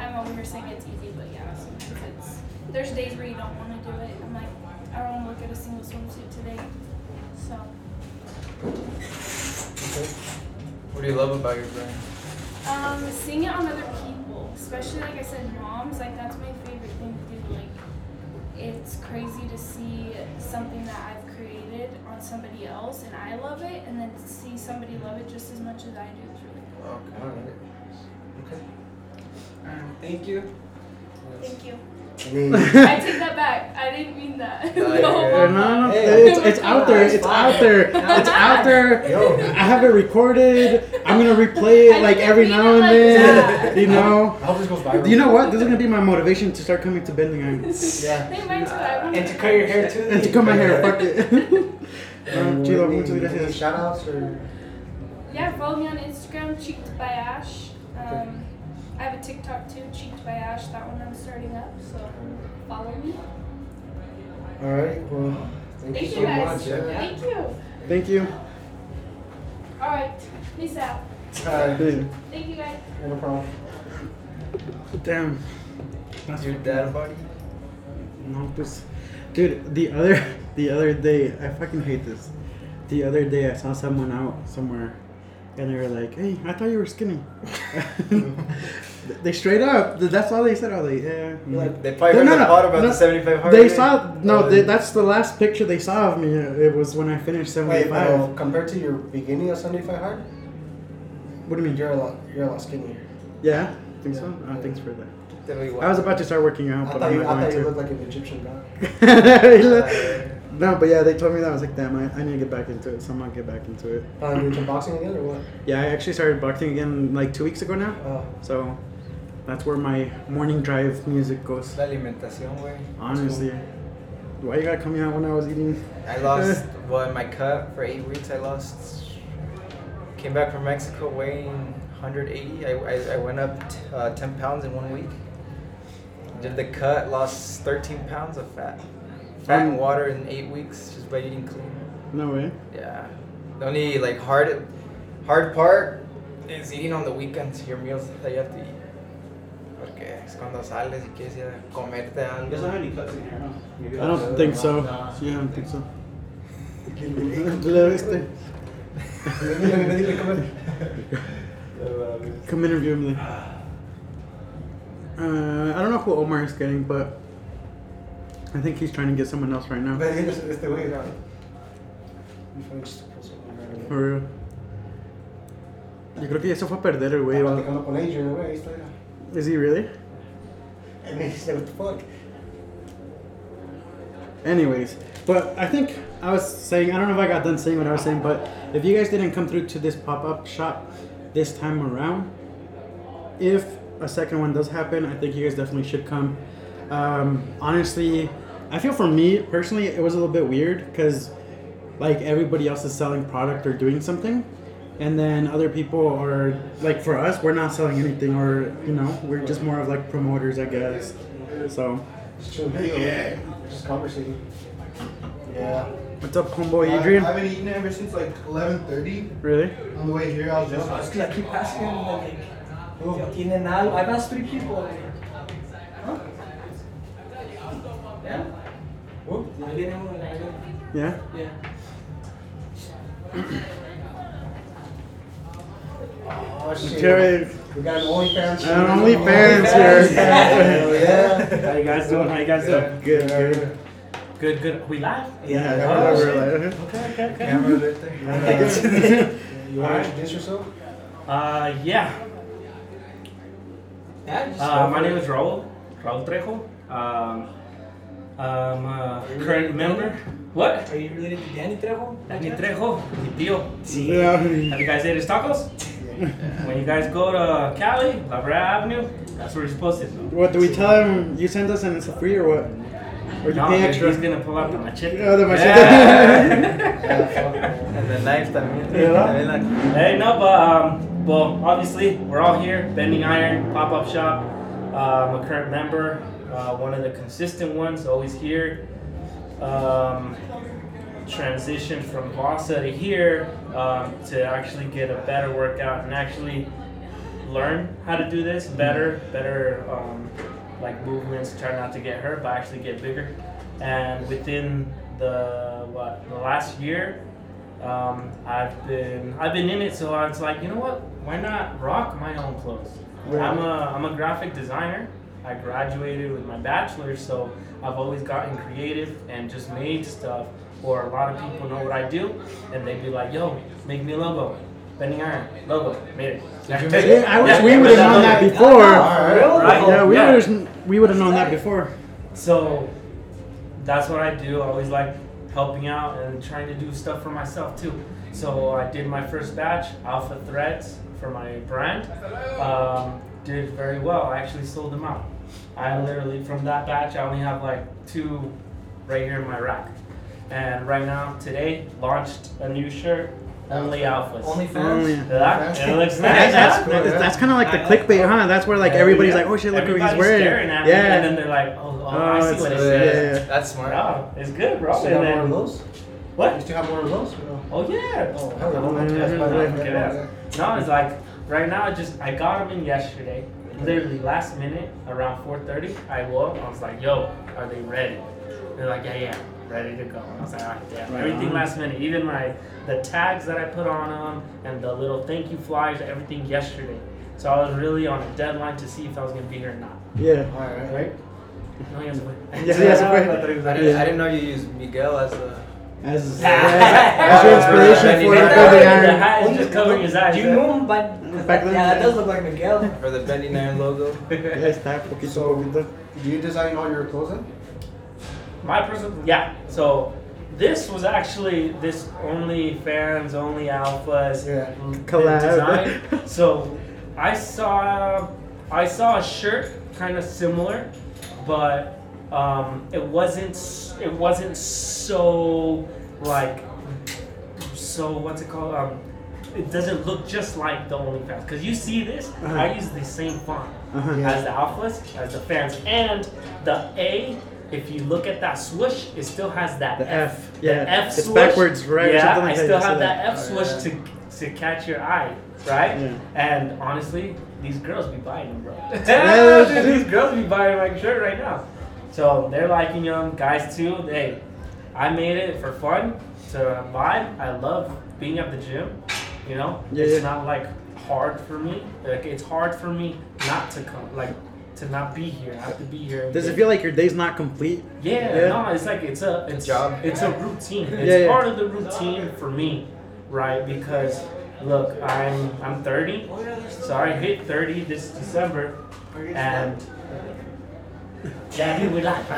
Speaker 9: I'm over here saying it's easy, but yeah, sometimes it's there's days where you don't want to do it. I'm like, I don't want to look at a single swimsuit today. So
Speaker 4: What do you love about your brand?
Speaker 9: Um, seeing it on other people, especially like I said, moms, like that's my favorite thing to do. Like, it's crazy to see something that I've created on somebody else and I love it, and then to see somebody love it just as much as I do. It's really cool.
Speaker 5: All
Speaker 4: Okay.
Speaker 5: right. Okay.
Speaker 2: Alright, thank you.
Speaker 5: Yes.
Speaker 9: Thank you.
Speaker 5: Any,
Speaker 9: I take that back. I didn't mean that.
Speaker 4: No, you're-
Speaker 3: No, no, it's, it's out there. It's out there. It's out there.
Speaker 5: yo,
Speaker 3: I have it recorded. I'm gonna replay it like every now and then. You know.
Speaker 5: I hope this goes viral.
Speaker 3: You know what? This is gonna be my motivation to start coming to Bending Iron.
Speaker 5: Yeah.
Speaker 9: Hey, mine too. I want
Speaker 2: And to cut your hair too.
Speaker 3: And to cut my hair. Fuck it. Um,
Speaker 5: And
Speaker 3: Chilo,
Speaker 5: any-
Speaker 3: muchas
Speaker 5: any
Speaker 3: gracias.
Speaker 5: shout outs or?
Speaker 9: Yeah, follow me on Instagram, Cheeked by Ash. Um, I have a TikTok too, Cheeked by Ash. That one I'm starting up, so follow me.
Speaker 5: All right. Well, thank,
Speaker 9: Thank
Speaker 5: you so
Speaker 9: you guys.
Speaker 5: much. yeah.
Speaker 9: Thank you.
Speaker 3: Thank you.
Speaker 9: All right, peace out.
Speaker 5: Uh,
Speaker 9: Thank you guys.
Speaker 5: no problem.
Speaker 3: Damn. That's
Speaker 4: Your dad body?
Speaker 3: No, pues, dude. The other the other day, I fucking hate this. The other day, I saw someone out somewhere, and they were like, "Hey, I thought you were skinny." they straight up. That's all they said. I was like, "Yeah." Like,
Speaker 4: Mm-hmm. They probably heard
Speaker 3: No, no,
Speaker 4: the
Speaker 3: no,
Speaker 4: part about
Speaker 3: no.
Speaker 4: the 75 hard
Speaker 3: they
Speaker 4: day.
Speaker 3: saw no.
Speaker 4: Oh,
Speaker 3: They,
Speaker 4: they-
Speaker 3: that's the last picture they saw of me. It was when I finished
Speaker 5: Wait,
Speaker 3: seventy
Speaker 5: well,
Speaker 3: five.
Speaker 5: compared to your beginning of 75 hard,
Speaker 3: What do you mean?
Speaker 5: you're a lot, you're a lot skinnier.
Speaker 3: Yeah, I think so.
Speaker 5: Yeah.
Speaker 3: Oh, thanks for that.
Speaker 4: Tell me
Speaker 3: I
Speaker 4: why.
Speaker 3: was about to start working out,
Speaker 5: I
Speaker 3: but
Speaker 5: thought
Speaker 3: I'm
Speaker 5: you, I
Speaker 3: not
Speaker 5: thought
Speaker 3: going
Speaker 5: you
Speaker 3: to.
Speaker 5: looked like an Egyptian god.
Speaker 3: He looked- No, but yeah, they told me that I was like, damn, I, I need to get back into it. So I'm gonna get back into it.
Speaker 5: Uh, you into boxing again or what?
Speaker 3: Yeah, I actually started boxing again like two weeks ago now.
Speaker 5: Uh,
Speaker 3: So that's where my morning drive music goes.
Speaker 4: La alimentación, güey.
Speaker 3: Honestly, why you got coming out when I was eating?
Speaker 4: I lost well in my cut for eight weeks. I lost. Came back from Mexico weighing 180. I, I, I went up t- uh, 10 pounds in one week. Did the cut, lost 13 pounds of fat. Fat and
Speaker 3: Mm.
Speaker 4: water in eight weeks just by eating clean.
Speaker 3: No way.
Speaker 4: Yeah. The only like hard, hard part is eating on the weekends. Your meals that you have to eat. Porque es cuando sales y quieres ir a comerte algo.
Speaker 1: guys don't have any cuts in here, huh? Maybe
Speaker 3: I don't
Speaker 1: that's-
Speaker 3: think so.
Speaker 4: Nah.
Speaker 3: Yeah, I don't think so. Le viste?
Speaker 5: dile, dile, come here.
Speaker 3: Come interview me. Uh, I don't know who Omar is getting, but I think he's trying to get someone else right now.
Speaker 5: Ve, dile, este güey, no. Mi familia es una
Speaker 3: For real. Yo creo que ya se fue a perder el güey.
Speaker 5: Estaba
Speaker 3: ¿va?
Speaker 5: platicando Ah, con Adrian, güey, ahí está.
Speaker 3: Is he really?
Speaker 5: And he said, what the fuck?
Speaker 3: Anyways, but I think I was saying, I don't know if I got done saying what I was saying, but if you guys didn't come through to this pop up shop this time around, if a second one does happen, I think you guys definitely should come. Um, honestly, I feel for me personally, it was a little bit weird because like everybody else is selling product or doing something. And then other people are like for us, we're not selling anything, or you know, we're just more of like promoters, I guess. So,
Speaker 5: It's true. Yeah. Just conversating. Yeah.
Speaker 3: what's up, homeboy Adrian?
Speaker 10: I haven't eaten ever since like 11:30.
Speaker 3: Really?
Speaker 10: On the way here, I was just
Speaker 2: It's because I keep asking them, like, oh, tienen algo. I've asked three people. Like, huh? Yeah? Oh, I didn't know. I didn't-
Speaker 3: Yeah.
Speaker 2: Yeah.
Speaker 5: Oh, shit.
Speaker 3: Jared,
Speaker 5: We got an OnlyFans.
Speaker 3: an OnlyFans here.
Speaker 5: Hell Oh, yeah.
Speaker 1: How you guys doing? How you guys doing?
Speaker 3: Good, good.
Speaker 1: Good, good. We live?
Speaker 3: Yeah,
Speaker 5: Yeah.
Speaker 3: whatever, like-
Speaker 1: Okay, okay, okay.
Speaker 4: Camera right there.
Speaker 5: You want to introduce yourself?
Speaker 1: Uh, yeah.
Speaker 2: Yeah, just
Speaker 1: Uh, my name is Raul. Raul Trejo. Um, I'm a current member. What?
Speaker 2: Are you related to Danny Trejo?
Speaker 1: Danny Trejo. Mi tío.
Speaker 3: Yeah.
Speaker 1: Have you guys ate his tacos? When you guys go to Cali, La Brea Avenue, that's where you're supposed to. go.
Speaker 3: What do we tell him? You send us and it's free or what? Or you
Speaker 1: No,
Speaker 3: pay
Speaker 1: dude,
Speaker 3: extra?
Speaker 1: he's gonna pull out the machete.
Speaker 3: Yeah, the machete.
Speaker 5: Yeah,
Speaker 4: And the knife también.
Speaker 3: Yeah.
Speaker 4: También la-
Speaker 1: Hey, no, but um, well, obviously we're all here. Bending Iron Pop Up Shop. Uh, I'm a current member, uh, one of the consistent ones, always here. Um, transition from Vasa to here um, to actually get a better workout and actually learn how to do this better, better um, like movements. Try not to get hurt, but actually get bigger. And within the what the last year, um, I've been I've been in it, so I was like, you know what? Why not rock my own clothes? I'm a I'm a graphic designer. I graduated with my bachelor's, so I've always gotten creative and just made stuff. Or a lot of people know what I do, and they'd be like, "Yo, make me a logo, bending iron logo, made it."
Speaker 3: Yeah, I wish we
Speaker 1: Yeah,
Speaker 3: would have known
Speaker 1: but
Speaker 3: that
Speaker 1: that-
Speaker 3: before.
Speaker 1: Right?
Speaker 3: Yeah, we
Speaker 1: Yeah.
Speaker 3: would we would have known that before.
Speaker 1: So that's what I do. I always like helping out and trying to do stuff for myself too. So I did my first batch, Alpha Threads, for my brand. Um, did very well. I actually sold them out. I literally, from that batch, I only have like two right here in my rack. And right now, today, launched a new shirt, only Alphas.
Speaker 4: Only
Speaker 3: Oh,
Speaker 4: fans.
Speaker 3: yeah.
Speaker 1: Yeah, it looks nice.
Speaker 3: That's,
Speaker 1: huh?
Speaker 3: that's, kind of like the clickbait, huh? That's where like everybody's like, oh shit, look who he's
Speaker 1: Everybody's
Speaker 3: wearing.
Speaker 1: staring at me, and then
Speaker 3: Yeah.
Speaker 1: they're like, oh, oh,
Speaker 3: Oh,
Speaker 1: I see
Speaker 3: it's-
Speaker 1: what it
Speaker 3: yeah,
Speaker 1: says.
Speaker 3: yeah, yeah.
Speaker 4: That's smart.
Speaker 1: Wow, it's good, bro.
Speaker 5: You still
Speaker 1: And
Speaker 5: have one of
Speaker 1: then-
Speaker 5: those? You
Speaker 1: what?
Speaker 5: still have one of those? or no?
Speaker 1: Oh yeah.
Speaker 5: Oh,
Speaker 1: Oh,
Speaker 5: hell no.
Speaker 3: Yeah,
Speaker 5: That's my
Speaker 1: no,
Speaker 5: life.
Speaker 1: okay, yeah. No, it's like right now. I just I got them in yesterday, literally last minute around 4:30. I woke. I was like, yo, are they ready? They're like, yeah, yeah, ready to go. And I was like, all right, damn.
Speaker 3: Right
Speaker 1: Everything
Speaker 3: on.
Speaker 1: last minute. Even my the tags that I put on them and the little thank you flyers, everything yesterday. So I was really on a deadline to see if I was gonna be here or not.
Speaker 3: Yeah.
Speaker 5: Alright, right?
Speaker 1: No, he has to wait.
Speaker 3: Yeah, he has to wait.
Speaker 1: I thought he was
Speaker 4: I
Speaker 1: like,
Speaker 4: didn't, I didn't know you used Miguel as a.
Speaker 3: As, as your
Speaker 4: Yeah.
Speaker 3: inspiration for
Speaker 4: Yeah.
Speaker 3: for the
Speaker 1: The
Speaker 3: iron.
Speaker 1: hat is just covering his eyes.
Speaker 2: Do you know him? But
Speaker 3: Back
Speaker 2: yeah,
Speaker 3: then, yeah.
Speaker 2: it does look like Miguel.
Speaker 4: For the bending iron logo.
Speaker 3: Yeah, está poquito,
Speaker 5: So-
Speaker 3: poquito.
Speaker 5: Do you design all your clothes then?
Speaker 1: My personal, yeah. So this was actually this only fans, only alphas
Speaker 5: Yeah.
Speaker 3: Collab.
Speaker 1: design. So I saw I saw a shirt kind of similar, but um, it wasn't s- it wasn't so like so what's it called um, it doesn't look just like the OnlyFans because you see this I use the same font
Speaker 3: Uh-huh.
Speaker 1: as the alphas as the fans and the A. If you look at that swoosh, it still has that
Speaker 3: The
Speaker 1: F.
Speaker 3: F. Yeah.
Speaker 1: The F
Speaker 3: it's
Speaker 1: swoosh.
Speaker 3: backwards, right? or
Speaker 1: Yeah,
Speaker 3: something like
Speaker 1: I still
Speaker 3: that.
Speaker 1: have
Speaker 3: You
Speaker 1: that F
Speaker 5: Oh,
Speaker 1: swoosh to to catch your eye, right?
Speaker 3: Yeah.
Speaker 1: And honestly, these girls be buying them, bro.
Speaker 3: Yeah,
Speaker 1: Dude, these girls be buying my shirt right now. So they're liking them, guys too. Hey, I made it for fun to vibe. I love being at the gym. You know,
Speaker 3: Yeah,
Speaker 1: it's
Speaker 3: yeah.
Speaker 1: not like hard for me. Like it's hard for me not to come, like to not be here. I have to be here. every
Speaker 3: that. Does
Speaker 1: day.
Speaker 3: it feel like your day's not complete?
Speaker 1: Yeah,
Speaker 3: Yeah.
Speaker 1: no, it's like it's a it's,
Speaker 4: job.
Speaker 1: It's a routine. It's
Speaker 3: Yeah, yeah.
Speaker 1: part of the routine for me, right? Because look, I'm I'm 30, so I hit 30 this December, and yeah, dude, we like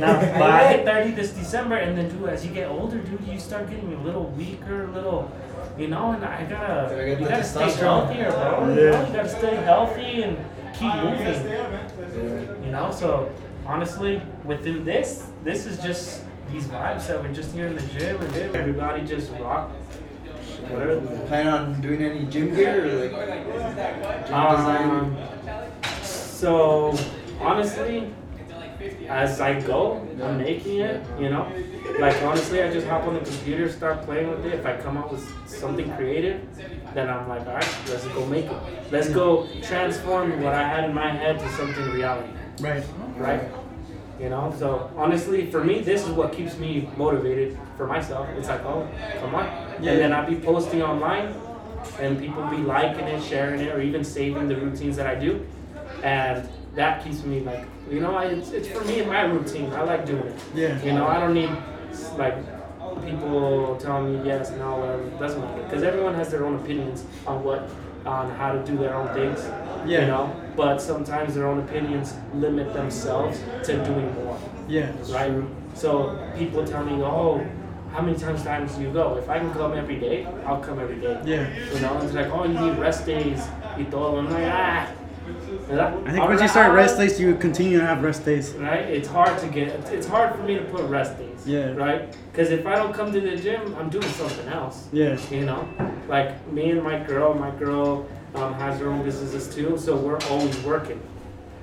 Speaker 1: now, but I hit 30 this December, and then dude, as you get older, dude, you start getting a little weaker, a little, you know, and I gotta
Speaker 4: Gotta
Speaker 1: you
Speaker 4: get the
Speaker 1: gotta stay
Speaker 4: testosterone.
Speaker 1: healthier, bro. You,
Speaker 3: Yeah.
Speaker 1: know, you gotta stay healthy and keep moving. You know, so honestly, within this, this is just these vibes that we're just here in the gym and everybody just rock. Whatever.
Speaker 4: Plan on doing any gym gear or like gym
Speaker 1: Um,
Speaker 4: design?
Speaker 1: so honestly, as I go, I'm making it. You know, like honestly, I just hop on the computer, start playing with it. If I come up with something creative, then I'm like, all right, let's go make it. Let's go transform what I had in my head to something reality.
Speaker 3: Right.
Speaker 1: right? You know, so honestly, for me, this is what keeps me motivated for myself. It's like, oh, come on.
Speaker 3: Yeah.
Speaker 1: And then I'll be posting online, and people be liking it, sharing it, or even saving the routines that I do. And that keeps me like, you know, I, it's, it's for me and my routine. I like doing it.
Speaker 3: Yeah.
Speaker 1: You know, I don't need like people telling me yes, no, whatever. It doesn't matter because everyone has their own opinions on what, on how to do their own things.
Speaker 3: Yeah.
Speaker 1: You know, but sometimes their own opinions limit themselves to doing more,
Speaker 3: Yeah.
Speaker 1: right? So people tell me, oh, how many times times do you go? If I can come every day, I'll come every day.
Speaker 3: Yeah.
Speaker 1: You know, it's like, oh, you need rest days. You throw I'm like, ah.
Speaker 3: I think once you start rest days, you continue to have rest days.
Speaker 1: right? It's hard to get. It's hard for me to put rest days.
Speaker 3: Yeah.
Speaker 1: Right? Because if I don't come to the gym, I'm doing something else.
Speaker 3: Yeah.
Speaker 1: You know, like me and my girl. My girl um, has her own businesses too, so we're always working.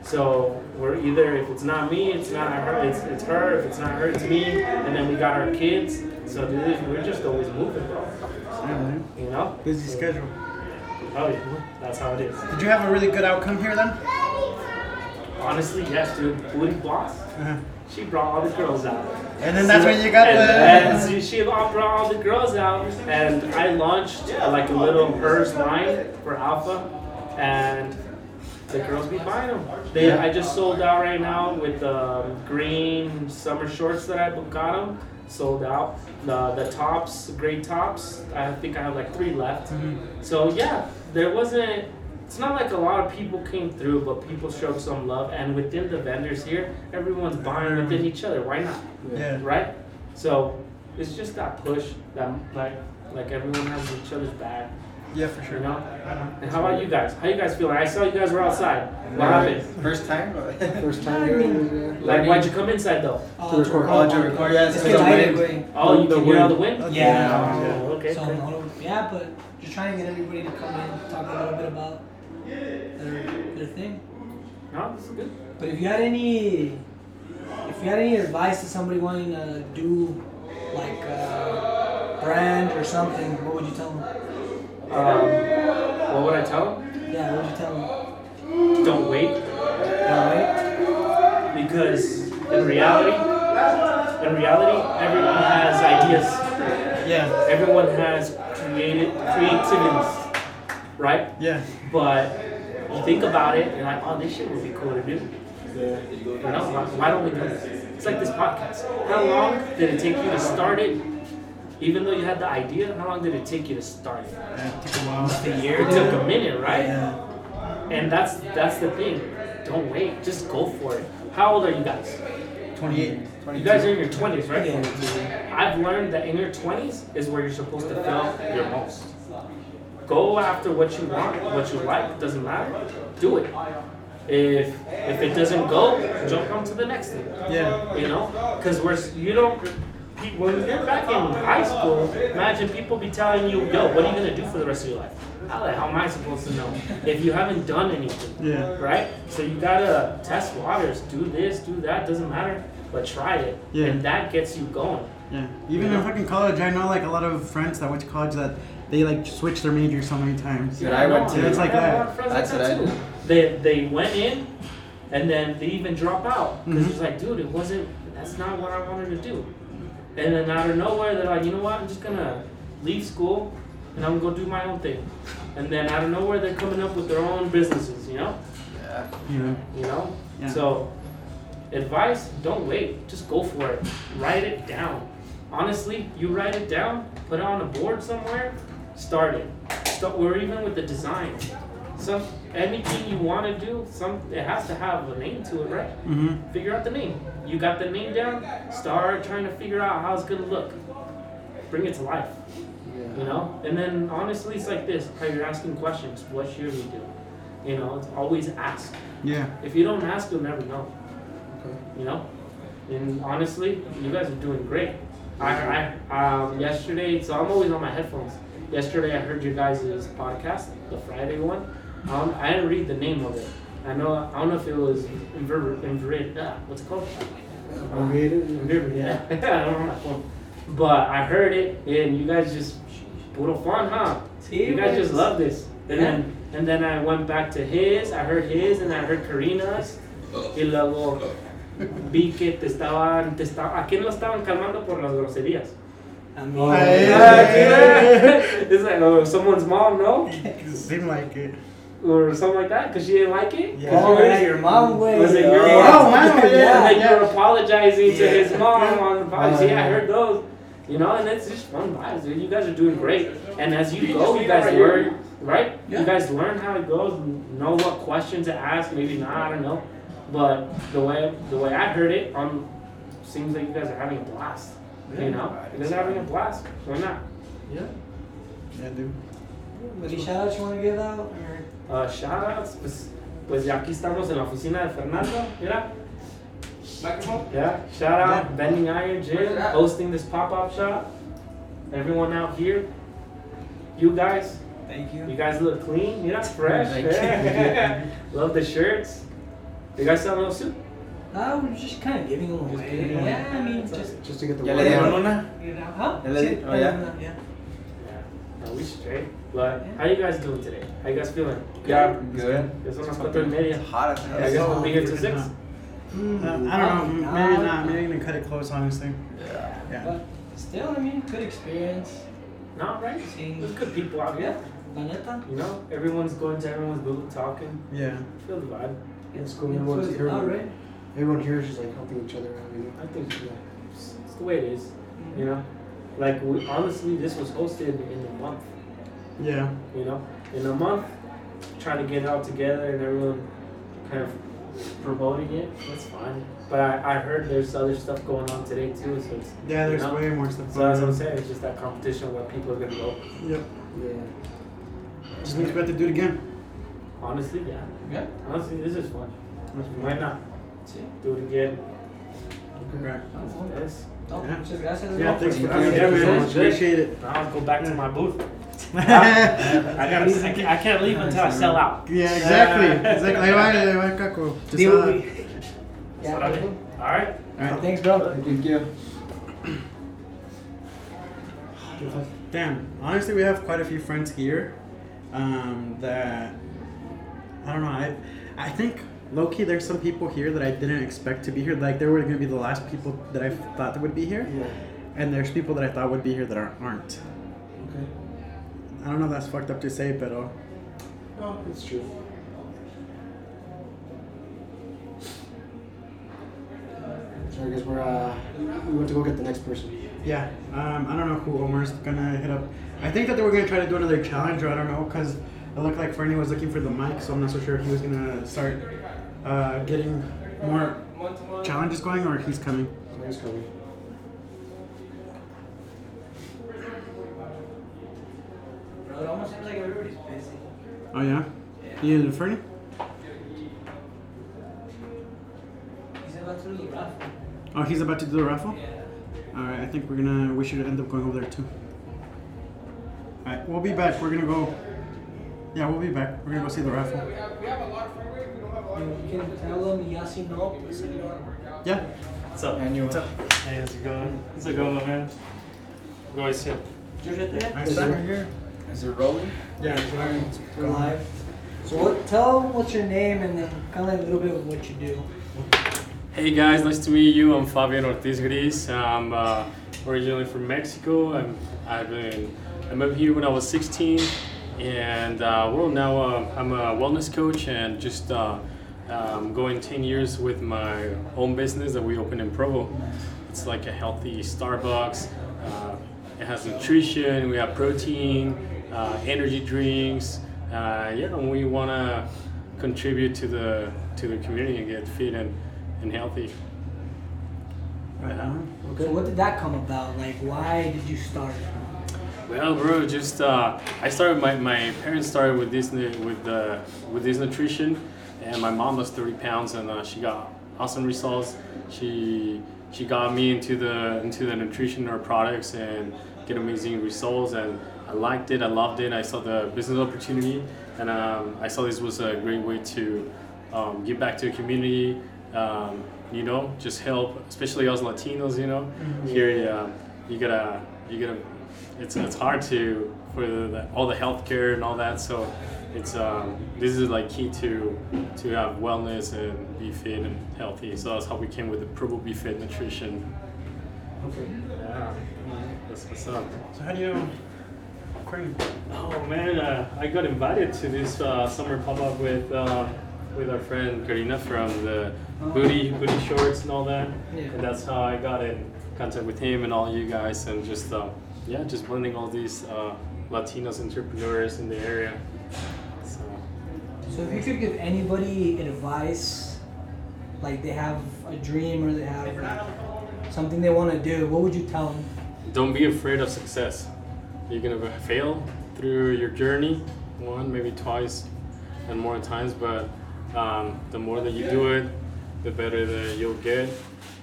Speaker 1: So we're either if it's not me, it's not her. It's it's her. If it's not her, it's me. And then we got our kids. So dude, we're just always moving, bro. You know.
Speaker 3: Busy schedule.
Speaker 1: Oh yeah, that's how it is.
Speaker 3: Did you have a really good outcome here then?
Speaker 1: Honestly, yes, dude. Booty Boss, she brought all the girls out.
Speaker 3: And then that's when you got
Speaker 1: and, and
Speaker 3: the.
Speaker 1: she, she all brought all the girls out, and I launched uh, like a little hers line for Alpha, and the girls be buying them. They, I just sold out right now with the green summer shorts that I got them. Sold out. The the tops, gray tops. I think I have like three left. So yeah, there wasn't. It's not like a lot of people came through, but people showed some love. And within the vendors here, everyone's buying within each other. Why not?
Speaker 3: Yeah.
Speaker 1: right? So it's just that push that like like everyone has each other's back,
Speaker 3: Yeah, for
Speaker 1: you
Speaker 3: sure.
Speaker 1: know. And how about you guys? How you guys feeling? I saw you guys were outside. What happened?
Speaker 4: First time?
Speaker 5: First time doing
Speaker 1: Like why'd you come inside though?
Speaker 5: uh, to record.
Speaker 4: Oh, to record, yeah,
Speaker 2: It's
Speaker 4: so
Speaker 2: been
Speaker 4: the
Speaker 2: tired,
Speaker 4: wind.
Speaker 2: güey.
Speaker 1: Oh, you
Speaker 5: The
Speaker 1: can hear all the
Speaker 5: wind.
Speaker 1: wind.
Speaker 2: Yeah.
Speaker 1: Oh, okay.
Speaker 2: So,
Speaker 1: okay.
Speaker 2: all over- yeah, but just trying to get everybody to come in, talk a little bit about their, their thing.
Speaker 1: No, it's good.
Speaker 2: But if you had any, if you had any advice to somebody wanting to do like a brand or something, what would you tell them?
Speaker 1: Um, what would I tell 'em?
Speaker 2: Yeah, what would you tell them?
Speaker 1: Don't wait. Because in reality, in reality, everyone has ideas.
Speaker 3: Yeah.
Speaker 1: Everyone has creative creativities, right?
Speaker 3: Yeah.
Speaker 1: But you think about it, and like, oh, this shit would be cool to do. You know, why, why don't we do this? It's like this podcast. How long did it take you to start it? Even though you had the idea, how long did it take you to start it?
Speaker 3: That took a while.
Speaker 1: A year? It took a minute, right?
Speaker 3: Yeah.
Speaker 1: And that's that's the thing. Don't wait. Just go for it. How old are you guys?
Speaker 3: 28.
Speaker 1: You guys are in your 20s, right? I've learned that in your 20s is where you're supposed to feel your most. Go after what you want, what you like, doesn't matter. Do it. If if it doesn't go, jump on to the next thing.
Speaker 3: Yeah.
Speaker 1: You know, because we're s- you don't. pe- When you're back in high school, imagine people be telling you, "Yo, what are you gonna do for the rest of your life?" How the hell am I supposed to know if you haven't done anything?
Speaker 3: Yeah.
Speaker 1: right? So you gotta test waters, do this, do that, doesn't matter, but try it,
Speaker 3: Yeah.
Speaker 1: and that gets you going.
Speaker 3: Yeah. Even in fucking college, I know like a lot of friends that went to college that they like switched their major so many times.
Speaker 4: Yeah. Dude, I went
Speaker 1: know,
Speaker 4: to-
Speaker 3: It's like
Speaker 1: I have a lot
Speaker 3: that.
Speaker 1: of friends
Speaker 4: That's
Speaker 1: like
Speaker 4: what I
Speaker 1: that
Speaker 4: did.
Speaker 1: too. They they went in, and then they even drop out because
Speaker 3: Mm-hmm.
Speaker 1: it's like, dude, it wasn't. That's not what I wanted to do. And then out of nowhere, they're like, you know what? I'm just gonna leave school, and I'm gonna go do my own thing. And then out of nowhere, they're coming up with their own businesses. You know,
Speaker 3: You know.
Speaker 1: you know.
Speaker 3: Yeah.
Speaker 1: So, advice: don't wait. Just go for it. Write it down. Honestly, you write it down, put it on a board somewhere, start it. Sta- or even with the design. So anything you want to do, some it has to have a name to it, right?
Speaker 3: Mhm.
Speaker 1: Figure out the name. You got the name down. Start trying to figure out how it's gonna look. Bring it to life. You know, and then honestly, it's like this: how you're asking questions. What should we do? You know, it's always ask.
Speaker 3: Yeah.
Speaker 1: If you don't ask, you'll never know. You know? And honestly, you guys are doing great. I, I um, yesterday, so I'm always on my headphones. Yesterday, I heard your guys' podcast, the Friday one. Um, I didn't read the name of it. I know, I don't know if it was Inver, Inver, uh, what's it called? Inver, yeah. I don't know my phone. But I heard it, and you guys just, puro fun, huh? You guys just love this. And then and then I went back to his, I heard his, and I heard Karina's. Y
Speaker 2: Oh.
Speaker 1: luego vi que te estaban, te esta- ¿a quién lo estaban calmando por las groserías?
Speaker 2: I
Speaker 3: Hey.
Speaker 2: mean,
Speaker 1: it's like, oh, someone's mom, no?
Speaker 3: Seemed like it.
Speaker 1: Or something like that, because she didn't like it?
Speaker 3: Yeah.
Speaker 2: oh, yeah, your mom way.
Speaker 1: Was it your
Speaker 2: Yeah.
Speaker 1: mom?
Speaker 3: wow,
Speaker 1: and
Speaker 3: yeah.
Speaker 1: then you're apologizing to his mom on the vibes.
Speaker 3: Oh,
Speaker 1: yeah, I
Speaker 3: yeah.
Speaker 1: heard those. You know, and it's just fun vibes, dude. You guys are doing great. And as you go, you guys learn, right? You guys learn how it goes, know what questions to ask, maybe not, I don't know. But the way the way I heard it, um, seems like you guys are having a blast. You know, you guys are having a blast. Why not?
Speaker 3: Yeah, dude.
Speaker 2: Any shout outs you want to give out? Or?
Speaker 1: Uh, shout outs, pues, pues ya aquí estamos en la oficina de Fernando. Mira,
Speaker 4: Microphone?
Speaker 1: Yeah, shout out Bending Iron Gym hosting this pop up shop. Everyone out here, you guys,
Speaker 2: Thank
Speaker 1: you guys look clean. You're not fresh.
Speaker 3: Thank
Speaker 1: Yeah. Love the shirts. You guys sell no suit?
Speaker 2: No, we're just kind of giving them away.
Speaker 3: giving them
Speaker 2: Yeah, I mean, just.
Speaker 5: Just to get the
Speaker 4: Ya
Speaker 5: word
Speaker 4: le
Speaker 5: out.
Speaker 4: dieron una.
Speaker 2: You know, huh?
Speaker 4: Yeah, they- oh, yeah?
Speaker 2: Yeah.
Speaker 1: Yeah. No, we straight. But how you guys doing today? How you guys feeling?
Speaker 4: Good.
Speaker 1: Ya son las cuatro y media.
Speaker 4: It's hot as hell.
Speaker 1: I guess we'll be here till six.
Speaker 3: Uh, I don't know. Maybe not. Maybe I'm gonna cut it close, honestly.
Speaker 4: Yeah.
Speaker 3: Yeah.
Speaker 2: But still, I mean, good experience.
Speaker 1: No, right?
Speaker 2: Seeing.
Speaker 1: There's good people out
Speaker 2: Yeah,
Speaker 1: here.
Speaker 2: la neta.
Speaker 1: You know, everyone's going to everyone's booth talking.
Speaker 3: Yeah.
Speaker 1: Feel the vibe.
Speaker 5: It's cool. Everyone's
Speaker 2: It's
Speaker 5: here.
Speaker 2: alright.
Speaker 5: Everyone here is just like helping each other out. You know?
Speaker 1: I think yeah, it's, it's the way it is. You know, like we, honestly, this was hosted in a month.
Speaker 3: Yeah.
Speaker 1: You know, in a month, trying to get it all together and everyone kind of promoting it. That's fine. But I, I heard there's other stuff going on today too. So it's,
Speaker 3: Yeah. There's
Speaker 1: you know?
Speaker 3: way more stuff.
Speaker 1: So that's
Speaker 3: going
Speaker 1: what I'm
Speaker 3: on.
Speaker 1: saying. It's just that competition where people are gonna go.
Speaker 3: Yep.
Speaker 5: Yeah.
Speaker 3: Just means we have to do it again.
Speaker 1: Honestly, yeah.
Speaker 4: Yeah.
Speaker 1: Honestly, this is fun. Why not? Do it again.
Speaker 3: Right.
Speaker 1: Yes.
Speaker 2: No,
Speaker 3: Yeah.
Speaker 2: muchas gracias.
Speaker 3: Yeah.
Speaker 2: bro.
Speaker 3: Thanks for
Speaker 4: Thank
Speaker 3: coming
Speaker 4: you.
Speaker 3: here, man.
Speaker 1: Sounds good.
Speaker 3: Appreciate it.
Speaker 1: Now I'll go back to my booth.
Speaker 3: yeah.
Speaker 1: I gotta. I can't- I can't leave until I sell out.
Speaker 3: Exactly. Exactly. Ahí va, ahí va, Caco. Just,
Speaker 2: Deal
Speaker 3: uh,
Speaker 2: with-
Speaker 1: All
Speaker 2: Yeah.
Speaker 1: right.
Speaker 3: alright.
Speaker 2: Thanks, bro.
Speaker 4: Thank you.
Speaker 3: Damn. Honestly, we have quite a few friends here um, that I don't know. I I think low key there's some people here that I didn't expect to be here. Like they were gonna be the last people that I thought that would be here,
Speaker 5: Yeah.
Speaker 3: and there's people that I thought would be here that aren't. aren't.
Speaker 5: Okay.
Speaker 3: I don't know. if That's fucked up to say, but uh,
Speaker 5: No, it's true. So I guess we're uh, we went to go get the next person.
Speaker 3: yeah. Um, I don't know who Omar's gonna hit up. I think that they were gonna try to do another challenge, or I don't know, cause it looked like Fernie was looking for the mic, so I'm not so sure if he was gonna start uh, getting more challenges going or he's coming.
Speaker 5: Yeah, Here's coming.
Speaker 2: Bro, it almost seems like everybody's busy.
Speaker 3: Oh yeah. You in the furnace?
Speaker 2: He's about to leave Rafa.
Speaker 3: Oh, he's about to do the raffle. All right, I think we're gonna. We should end up going over there too. All right, we'll be back. We're gonna go. Yeah, we'll be back. We're gonna go see the raffle.
Speaker 2: You can tell him Yasi no, pues señor.
Speaker 3: Yeah.
Speaker 1: What's up?
Speaker 4: And you-
Speaker 1: What's up? Hey, how's it going? How's it going, my man? Go always here.
Speaker 3: Alright, so we're here.
Speaker 4: Is it rolling?
Speaker 2: We're live. So what, tell him what's your name and then kind of like a little bit of what you do.
Speaker 11: Hey guys, nice to meet you. I'm Fabian Ortiz Gris. I'm uh, originally from Mexico. I'm, I've been, I moved here when I was 16, and uh, well, now uh, I'm a wellness coach and just uh, um, going 10 years with my own business that we opened in Provo. It's like a healthy Starbucks. Uh, it has nutrition. We have protein, uh, energy drinks. Uh, yeah, and we wanna contribute to the to the community and get fit and, and healthy.
Speaker 3: Right on.
Speaker 2: So what did that come about? Like, why did you start?
Speaker 11: Well, bro, just uh, I started my, my parents started with this nu- with uh, with this nutrition, and my mom lost thirty pounds, and uh, she got awesome results. She she got me into the into the nutrition or products and get amazing results, and I liked it. I loved it. I saw the business opportunity, and um, I saw this was a great way to um, give back to the community. Um, you know, just help, especially us Latinos. You know, here uh, you gotta you gotta it's it's hard to for the, all the healthcare and all that. So it's um, this is like key to to have wellness and be fit and healthy. So that's how we came with the Purple Be Fit Nutrition. Okay. Yeah. That's what's up.
Speaker 3: So how do you? Craig.
Speaker 11: Oh man, uh, I got invited to this uh, summer pop up with uh, with our friend Karina from the booty booty shorts and all that,
Speaker 2: Yeah.
Speaker 11: and that's how I got in contact with him and all you guys, and just uh, yeah, just blending all these uh, Latinos entrepreneurs in the area. So
Speaker 2: So if you could give anybody advice, like they have a dream or they have like, something they want to do, what would you tell them?
Speaker 11: don't be afraid of success. You're gonna fail through your journey, one maybe twice, and more times. But um, the more that you do it, the better that you'll get.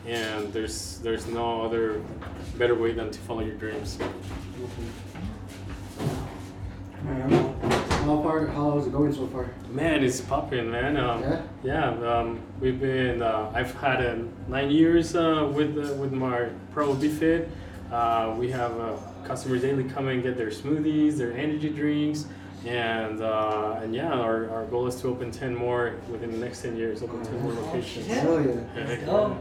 Speaker 11: And there's there's no other better way than to follow your dreams.
Speaker 5: Alright, how far? How's it going so far?
Speaker 11: Man, it's popping, man. Um,
Speaker 5: Yeah?
Speaker 11: yeah. um, we've been. Uh, I've had uh, nine years uh, with uh, with my Pro B Fit. Uh, we have uh, customers daily come and get their smoothies, their energy drinks, and uh, and yeah, our, our goal is to open ten more within the next ten years. Open ten more locations.
Speaker 2: Yeah.
Speaker 5: Hell yeah.
Speaker 11: Heck,
Speaker 2: Oh,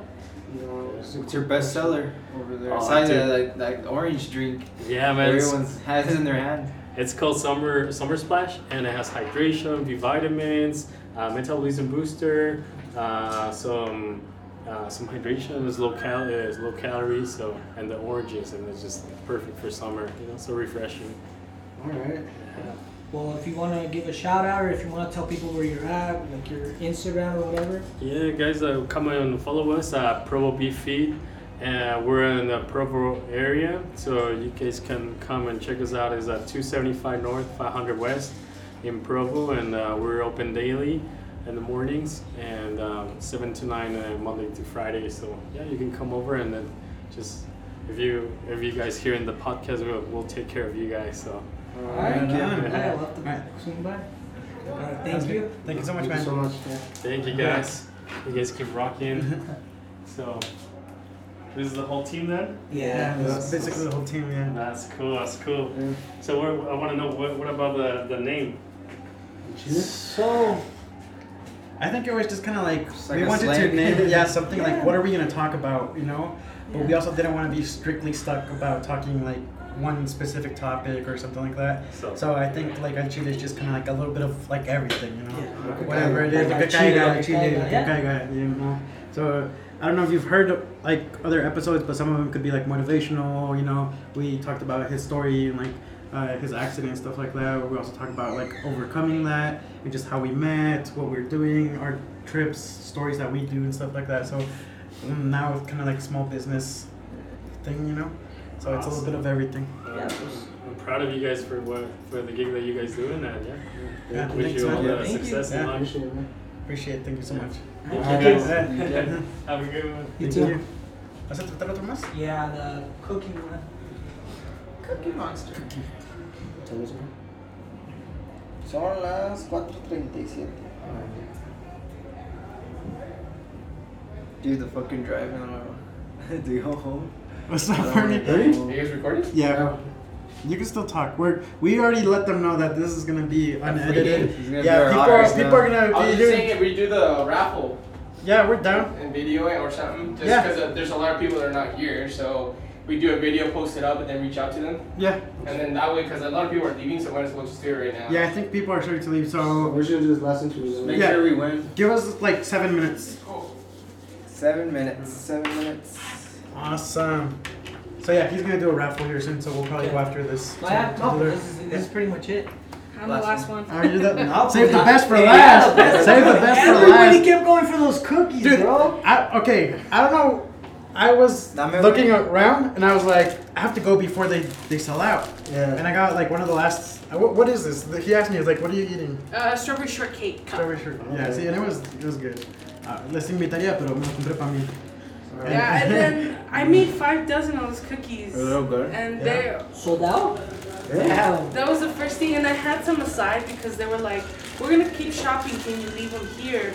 Speaker 5: You know, it's-
Speaker 4: What's your best seller over there?
Speaker 11: Oh,
Speaker 4: Besides
Speaker 11: dude.
Speaker 4: that, like that orange drink
Speaker 11: Yeah, man. It's,
Speaker 4: everyone's has in their hand.
Speaker 11: it's called Summer Summer Splash, and it has hydration, B vitamins, uh, metabolism booster, uh, some uh, some hydration is low cal is low calorie, so and the oranges, and it's just perfect for summer. You know, so refreshing.
Speaker 5: Alright.
Speaker 2: well, if you want to give a shout out or if you want to tell people where you're at, like your Instagram or whatever.
Speaker 11: Yeah, guys, uh, come and follow us at Provo Beef Feed. Uh, we're in the Provo area, so you guys can come and check us out. It's at 275 North, 500 West in Provo, and uh, we're open daily in the mornings and um, 7 to 9 uh, Monday to Friday. So, yeah, you can come over and then just if you if you guys here in the podcast, we'll, we'll take care of you guys. So,
Speaker 2: Alright,
Speaker 3: yeah.
Speaker 2: I love
Speaker 3: Right.
Speaker 2: to swing by. Alright, thank you.
Speaker 3: Thank you so much,
Speaker 5: Thank you
Speaker 3: man.
Speaker 5: so much. Yeah.
Speaker 11: thank you guys. You guys keep rocking. so, this is the whole team then.
Speaker 3: Yeah,
Speaker 2: Yeah.
Speaker 3: that's basically the whole team. Yeah.
Speaker 11: That's cool. That's cool. So what, I want to know what, what about the, the name?
Speaker 5: So,
Speaker 3: I think it was just kind of like
Speaker 4: Just like
Speaker 3: we
Speaker 4: a
Speaker 3: wanted to
Speaker 4: slang.
Speaker 3: name yeah something like what are we gonna talk about you know, but we also didn't want to be strictly stuck about talking like one specific topic or something like that.
Speaker 11: So,
Speaker 3: So I think like Anchile is just kind of like a little bit of like everything, you know,
Speaker 2: Yeah.
Speaker 3: whatever it is,
Speaker 2: Like
Speaker 3: like a guy
Speaker 2: Anchile,
Speaker 3: guy,
Speaker 2: like
Speaker 3: Chile,
Speaker 2: Anchile,
Speaker 3: like
Speaker 2: yeah.
Speaker 3: a guy guy, you know. So I don't know if you've heard of, like other episodes, but some of them could be like motivational. You know, we talked about his story and like uh, his accident and stuff like that. We also talk about like overcoming that and just how we met, what we are doing, our trips, stories that we do and stuff like that. So mm, now it's kind of like small business thing, you know. So it's a little bit of everything.
Speaker 2: Yeah, pues,
Speaker 11: I'm proud of you guys for what for the gig that you guys doing and yeah.
Speaker 3: Yeah,
Speaker 11: Wish
Speaker 3: thanks,
Speaker 11: you all
Speaker 3: man.
Speaker 11: the
Speaker 3: Thank you.
Speaker 11: success
Speaker 3: Yeah.
Speaker 11: and luck.
Speaker 3: Appreciate it. Thank you so much.
Speaker 11: Thank you
Speaker 3: Yeah.
Speaker 11: guys.
Speaker 3: Yeah.
Speaker 11: Have a good one.
Speaker 2: You
Speaker 3: Thank
Speaker 2: too.
Speaker 3: you. ¿Vas a tratar otro más?
Speaker 2: yeah, the cooking one.
Speaker 12: Cookie Monster.
Speaker 4: Son las 4:37. Dude, the fucking drive now. Do you go home? Um,
Speaker 3: What's up,
Speaker 4: Are
Speaker 3: Ernie?
Speaker 4: you guys recording?
Speaker 3: Yeah. You can still talk. We're we already let them know that this is gonna be unedited.
Speaker 4: He's gonna
Speaker 3: Yeah,
Speaker 4: be
Speaker 3: people
Speaker 4: our
Speaker 3: are,
Speaker 4: otters
Speaker 3: people
Speaker 4: now.
Speaker 3: are gonna be here.
Speaker 13: if we do the raffle
Speaker 3: Yeah, we're down.
Speaker 13: and video it or something, just
Speaker 3: Yeah.
Speaker 13: because there's a lot of people that are not here, so we do a video, post it up, and then reach out to them,
Speaker 3: Yeah,
Speaker 13: and then that way, because a lot of people are leaving, so might as well just do it right now.
Speaker 3: yeah. I think people are starting to leave. So
Speaker 5: We should do this last interview.
Speaker 4: Make
Speaker 3: Yeah.
Speaker 4: sure we win.
Speaker 3: give us like seven minutes.
Speaker 13: Cool.
Speaker 4: Seven minutes. Seven minutes.
Speaker 3: Awesome. So yeah, he's gonna do a raffle here soon. So we'll probably go after this.
Speaker 2: Well, yeah,
Speaker 3: to- to
Speaker 2: no,
Speaker 3: do
Speaker 2: but
Speaker 3: it.
Speaker 2: this is, this is pretty much it.
Speaker 6: I'm the last one.
Speaker 3: Are you the,
Speaker 2: No,
Speaker 3: save the
Speaker 2: not-
Speaker 3: best for
Speaker 2: Yeah,
Speaker 3: last.
Speaker 2: the best
Speaker 3: Save
Speaker 2: for-
Speaker 3: the best for
Speaker 2: Everybody
Speaker 3: last.
Speaker 2: kept going for those cookies,
Speaker 3: Dude.
Speaker 2: bro.
Speaker 3: I, okay, I don't know. I was
Speaker 4: Dame
Speaker 3: looking
Speaker 4: una.
Speaker 3: around and I was like, I have to go before they, they sell out.
Speaker 5: Yeah.
Speaker 3: And I got like one of the last. uh, What, what is this? The- He asked me, he was like, what are you eating?
Speaker 12: Uh, strawberry shortcake cup.
Speaker 3: Strawberry shortcake. Yeah, see, and it was it was good. Uh, les invitaría, pero me lo compré para mí.
Speaker 12: Yeah, and then I made five dozen of those cookies.
Speaker 4: good.
Speaker 12: And
Speaker 3: Yeah.
Speaker 12: they
Speaker 2: Sold out? Damn.
Speaker 12: that was the first thing, and I had some aside because they were like, "We're gonna keep shopping. Can you leave them here?"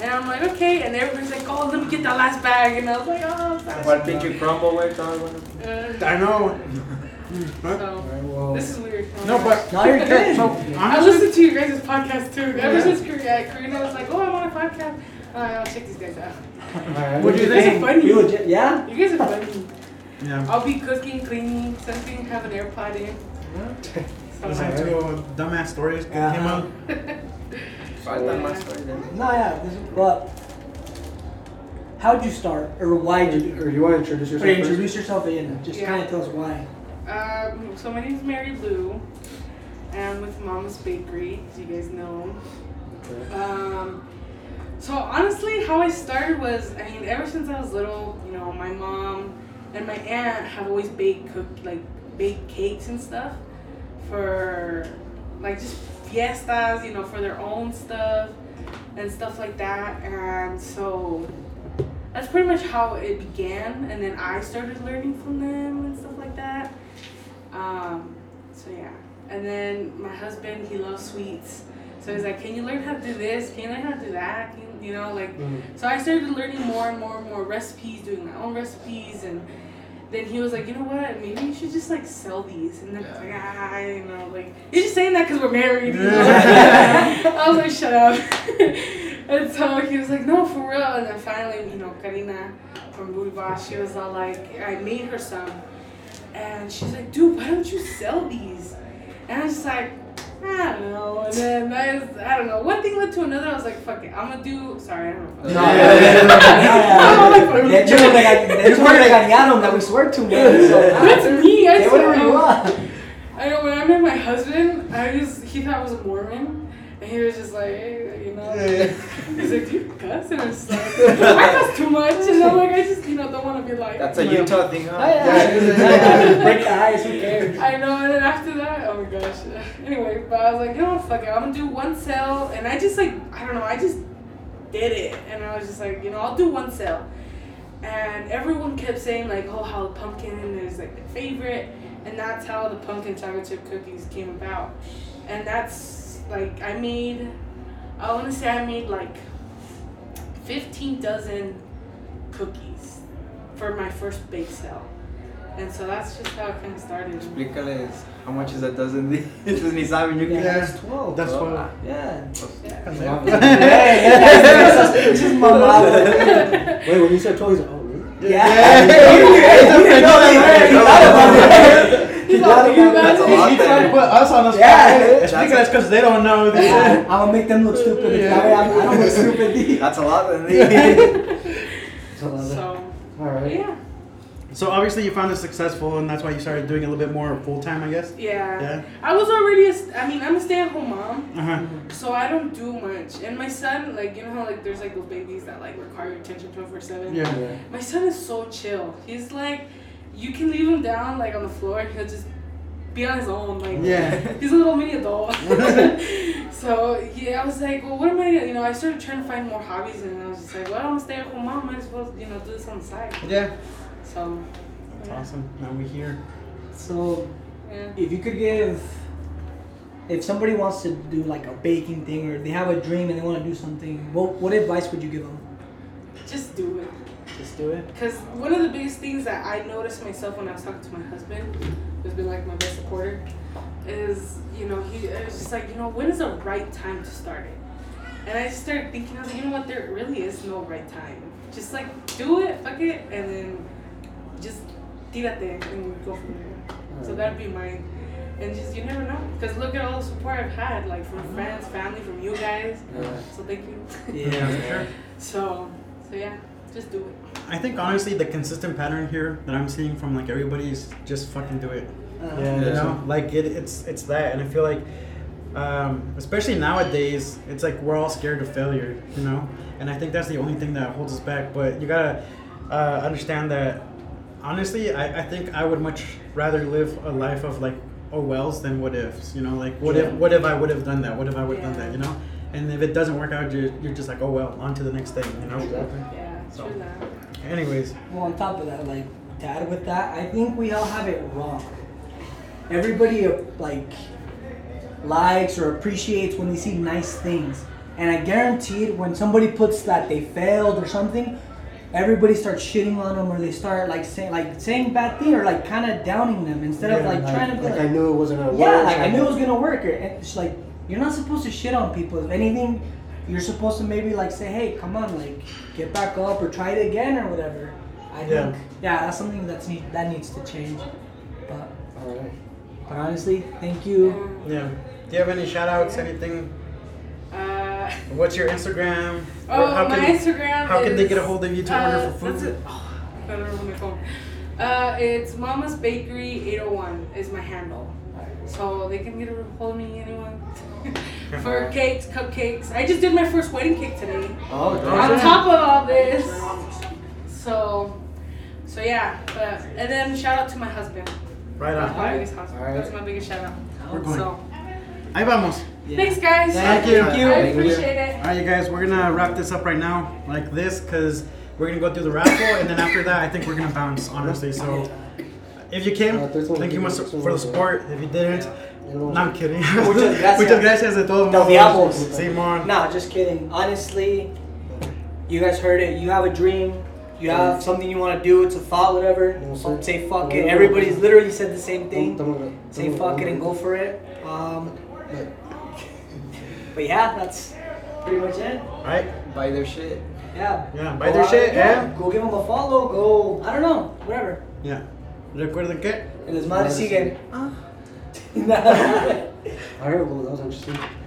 Speaker 12: And I'm like, "Okay." And everybody's like, "Oh, let me get that last bag," and I was like, "Oh, sorry."
Speaker 4: What did you crumble with? Don?
Speaker 12: Uh,
Speaker 3: I know.
Speaker 12: so this is weird. Oh
Speaker 3: No,
Speaker 12: my gosh.
Speaker 3: but
Speaker 2: Now you're good.
Speaker 3: so
Speaker 12: I
Speaker 3: honestly,
Speaker 12: listened to you guys' podcast too. Ever
Speaker 3: Yeah.
Speaker 12: since Karina, Karina was like, "Oh, I want a podcast," uh, I'll check these guys out.
Speaker 2: What do you
Speaker 12: That's
Speaker 2: think?
Speaker 12: funny.
Speaker 2: You legit- yeah?
Speaker 12: You guys are funny.
Speaker 3: yeah.
Speaker 12: I'll be cooking, cleaning, something, have an AirPod in.
Speaker 3: Listen to dumbass stories that came out.
Speaker 4: I thought my story then.
Speaker 2: No, yeah. This is, but how'd you start, or why did you?
Speaker 5: Or you want to introduce
Speaker 2: Or
Speaker 5: yourself? first?
Speaker 2: introduce yourself and just
Speaker 12: Yeah.
Speaker 2: kind of tell us why.
Speaker 12: Um, so my name is Mary Lou, and I'm with Mama's Bakery, as you guys know. Um, so honestly, how I started was, I mean, ever since I was little, you know, my mom and my aunt have always baked cooked like baked cakes and stuff for like just fiestas, you know, for their own stuff and stuff like that. And so that's pretty much how it began. And then I started learning from them and stuff like that. Um, so yeah. And then my husband, he loves sweets. So he's like, can you learn how to do this? Can you learn how to do that? Can you, you know, like, so I started learning more and more and more recipes, doing my own recipes. And then he was like, you know what? Maybe you should just like sell these. And then I was like, ah, you know, like, you're just saying that because we're married. you know? I was like, shut up. and so he was like, no, for real. And then finally, you know, Karina from Booty Boss, she was all like, I made her some. And she's like, dude, why don't you sell these? And I was just like, I don't know. And then I, was, I don't know. One thing led to another. I was like, fuck it. I'm going to do. Sorry, I don't know.
Speaker 2: No, De hecho, me rega- de hecho, me regañaron that we swear too much. So,
Speaker 12: That's me. I
Speaker 2: say whatever you
Speaker 12: swear.
Speaker 2: want.
Speaker 12: I know when I met my husband, I just he thought I was a Mormon, and he was just like, hey, you know, he's like, do you cuss? And I was like, I cuss too much, and I'm like, I just you know don't want to be like.
Speaker 4: That's a Utah thing,
Speaker 2: Oh,
Speaker 4: huh?
Speaker 2: Break the ice, who cares?
Speaker 12: I know, and then after that, oh my gosh. Anyway, but I was like, you know what, fuck it, I'm gonna do one sale, and I just like, I don't know, I just did it, and I was just like, you know, I'll do one sale, and everyone kept saying like, oh, how the pumpkin is like the favorite, and that's how the pumpkin chocolate chip cookies came about, and that's like I made, I want to say I made like 15 dozen cookies for my first bake sale. And so that's just how it kind of started.
Speaker 4: Explícales how much is a dozen these. Entonces ni saben, you can.
Speaker 5: Yeah. Twelve.
Speaker 3: That's
Speaker 4: Oh,
Speaker 3: why.
Speaker 2: Yeah.
Speaker 5: Hey,
Speaker 2: Esas pinches mamadas.
Speaker 5: yeah. Wait, when you said twelve, he's like, oh, really?
Speaker 2: Yeah.
Speaker 12: He's all thinking about
Speaker 4: That's a
Speaker 12: it.
Speaker 4: lot.
Speaker 3: He tried to put us on the spot.
Speaker 2: Yeah.
Speaker 3: Explícales because they don't know. This.
Speaker 2: I'm gonna make them look stupid. Yeah. I, I don't look stupid.
Speaker 4: That's a lot. then.
Speaker 5: So,
Speaker 12: So,
Speaker 5: all right.
Speaker 12: yeah.
Speaker 3: So obviously you found it successful, and that's why you started doing it a little bit more full time, I guess.
Speaker 12: Yeah.
Speaker 3: Yeah.
Speaker 12: I was already, a st- I mean, I'm a stay at home mom,
Speaker 3: Uh huh.
Speaker 12: so I don't do much. And my son, like, you know how, like, there's, like, those babies that, like, require your attention 24 7?
Speaker 3: Yeah.
Speaker 12: My son is so chill. He's like, you can leave him down, like, on the floor, he'll just be on his own. Like,
Speaker 3: Yeah.
Speaker 12: he's a little mini adult. so, yeah, I was like, well, what am I, you know, I started trying to find more hobbies, and I was just like, well, I'm a stay at home mom, might as well, you know, do this on the side.
Speaker 3: Yeah.
Speaker 12: So,
Speaker 3: That's
Speaker 12: yeah.
Speaker 3: awesome. Now we here.
Speaker 2: So
Speaker 12: yeah.
Speaker 2: if you could give if somebody wants to do like a baking thing or they have a dream and they want to do something what, what advice would you give them
Speaker 12: Just do it.
Speaker 2: just do it
Speaker 12: Because one of the biggest things that I noticed myself when I was talking to my husband, who's been like my best supporter, is you know he I was just like you know when is the right time to start it, and I just started thinking I was like you know what there really is no right time. Just like do it, fuck it, and then just tirate and go from there. So that'd be mine. And just you never know, because look at all the support I've had, like from
Speaker 2: Mm-hmm.
Speaker 12: friends, family, from you guys. So thank you.
Speaker 3: sure.
Speaker 12: so so yeah, just do it.
Speaker 3: I think honestly the consistent pattern here that I'm seeing from like everybody is just fucking do it.
Speaker 2: yeah.
Speaker 3: You know, like it, it's it's that, and I feel like, um, especially nowadays, it's like we're all scared of failure, you know, and I think that's the only thing that holds us back. But you gotta uh, understand that. Honestly, I, I think I would much rather live a life of like oh wells than what ifs. You know, like what if what if I would have done that? What if I would have done that? You know, and if it doesn't work out, you're, you're just like oh well, on to the next thing. You know.
Speaker 12: Yeah,
Speaker 3: So-
Speaker 12: true that.
Speaker 3: Anyways,
Speaker 2: well on top of that like to add with that i think we all have it wrong everybody uh, like likes or appreciates when they see nice things and i guarantee it when somebody puts that they failed or something everybody starts shitting on them or they start like saying like saying bad thing or like kind of downing them instead of
Speaker 5: Yeah,
Speaker 2: like, trying to be
Speaker 5: like I knew it wasn't gonna
Speaker 2: yeah,
Speaker 5: work.
Speaker 2: like I knew it was gonna work. And it's like you're not supposed to shit on people. If anything, you're supposed to maybe like say, hey, come on, like get back up or try it again or whatever. I
Speaker 3: Yeah.
Speaker 2: think yeah, that's something that's need that needs to change. But
Speaker 5: All right.
Speaker 2: but honestly, thank you.
Speaker 12: Um,
Speaker 3: yeah. Do you have any shout outs? Anything?
Speaker 12: Uh,
Speaker 3: What's your Instagram? Or
Speaker 12: oh,
Speaker 3: how
Speaker 12: my
Speaker 3: can-
Speaker 12: Instagram.
Speaker 3: how can they
Speaker 12: is,
Speaker 3: get a hold of you to order
Speaker 12: uh,
Speaker 3: for food?
Speaker 12: that's it. Oh, I gotta remember my phone. Uh, it's Mama's Bakery 801 is my handle. So they can get a hold of me, anyone. for cakes, cupcakes. I just did my first wedding cake today.
Speaker 5: Oh,
Speaker 12: on top of all this. So, so yeah. But and then shout out to my husband.
Speaker 3: Right
Speaker 12: That's
Speaker 3: on.
Speaker 12: my biggest husband.
Speaker 5: Alright.
Speaker 12: That's my biggest shout out.
Speaker 3: We're going.
Speaker 12: So
Speaker 3: Ahí vamos.
Speaker 12: thanks guys.
Speaker 3: Thank you. Thank you.
Speaker 12: I appreciate it.
Speaker 3: All right, you guys, we're gonna wrap this up right now, like this, because we're gonna go through the raffle, and then after that, I think we're gonna bounce, honestly. So, if you came,
Speaker 5: Uh, there's one
Speaker 3: thank you
Speaker 5: here,
Speaker 3: much
Speaker 5: there's one
Speaker 3: for the
Speaker 5: here.
Speaker 3: support. If you didn't, no, I'm kidding.
Speaker 2: Muchas gracias.
Speaker 3: Muchas gracias de todos
Speaker 2: Nos
Speaker 3: modos.
Speaker 2: vemos.
Speaker 3: Simón.
Speaker 2: Nah, just kidding. Honestly, you guys heard it. You have a dream. You have something you want to do. It's a thought, whatever.
Speaker 5: Yeah, so-
Speaker 2: Say fuck it. Everybody's literally said the same thing. Say fuck it and go for it. Um, but yeah, that's pretty much it.
Speaker 3: All right.
Speaker 4: Buy their shit.
Speaker 2: Yeah.
Speaker 3: Yeah, buy their shit,
Speaker 2: Yeah.
Speaker 3: eh?
Speaker 2: Go give them a follow. Go. I don't know. Whatever.
Speaker 3: Yeah. Recuerden que.
Speaker 2: And his madre
Speaker 5: Madre
Speaker 2: sigue.
Speaker 5: All right, well, that was interesting.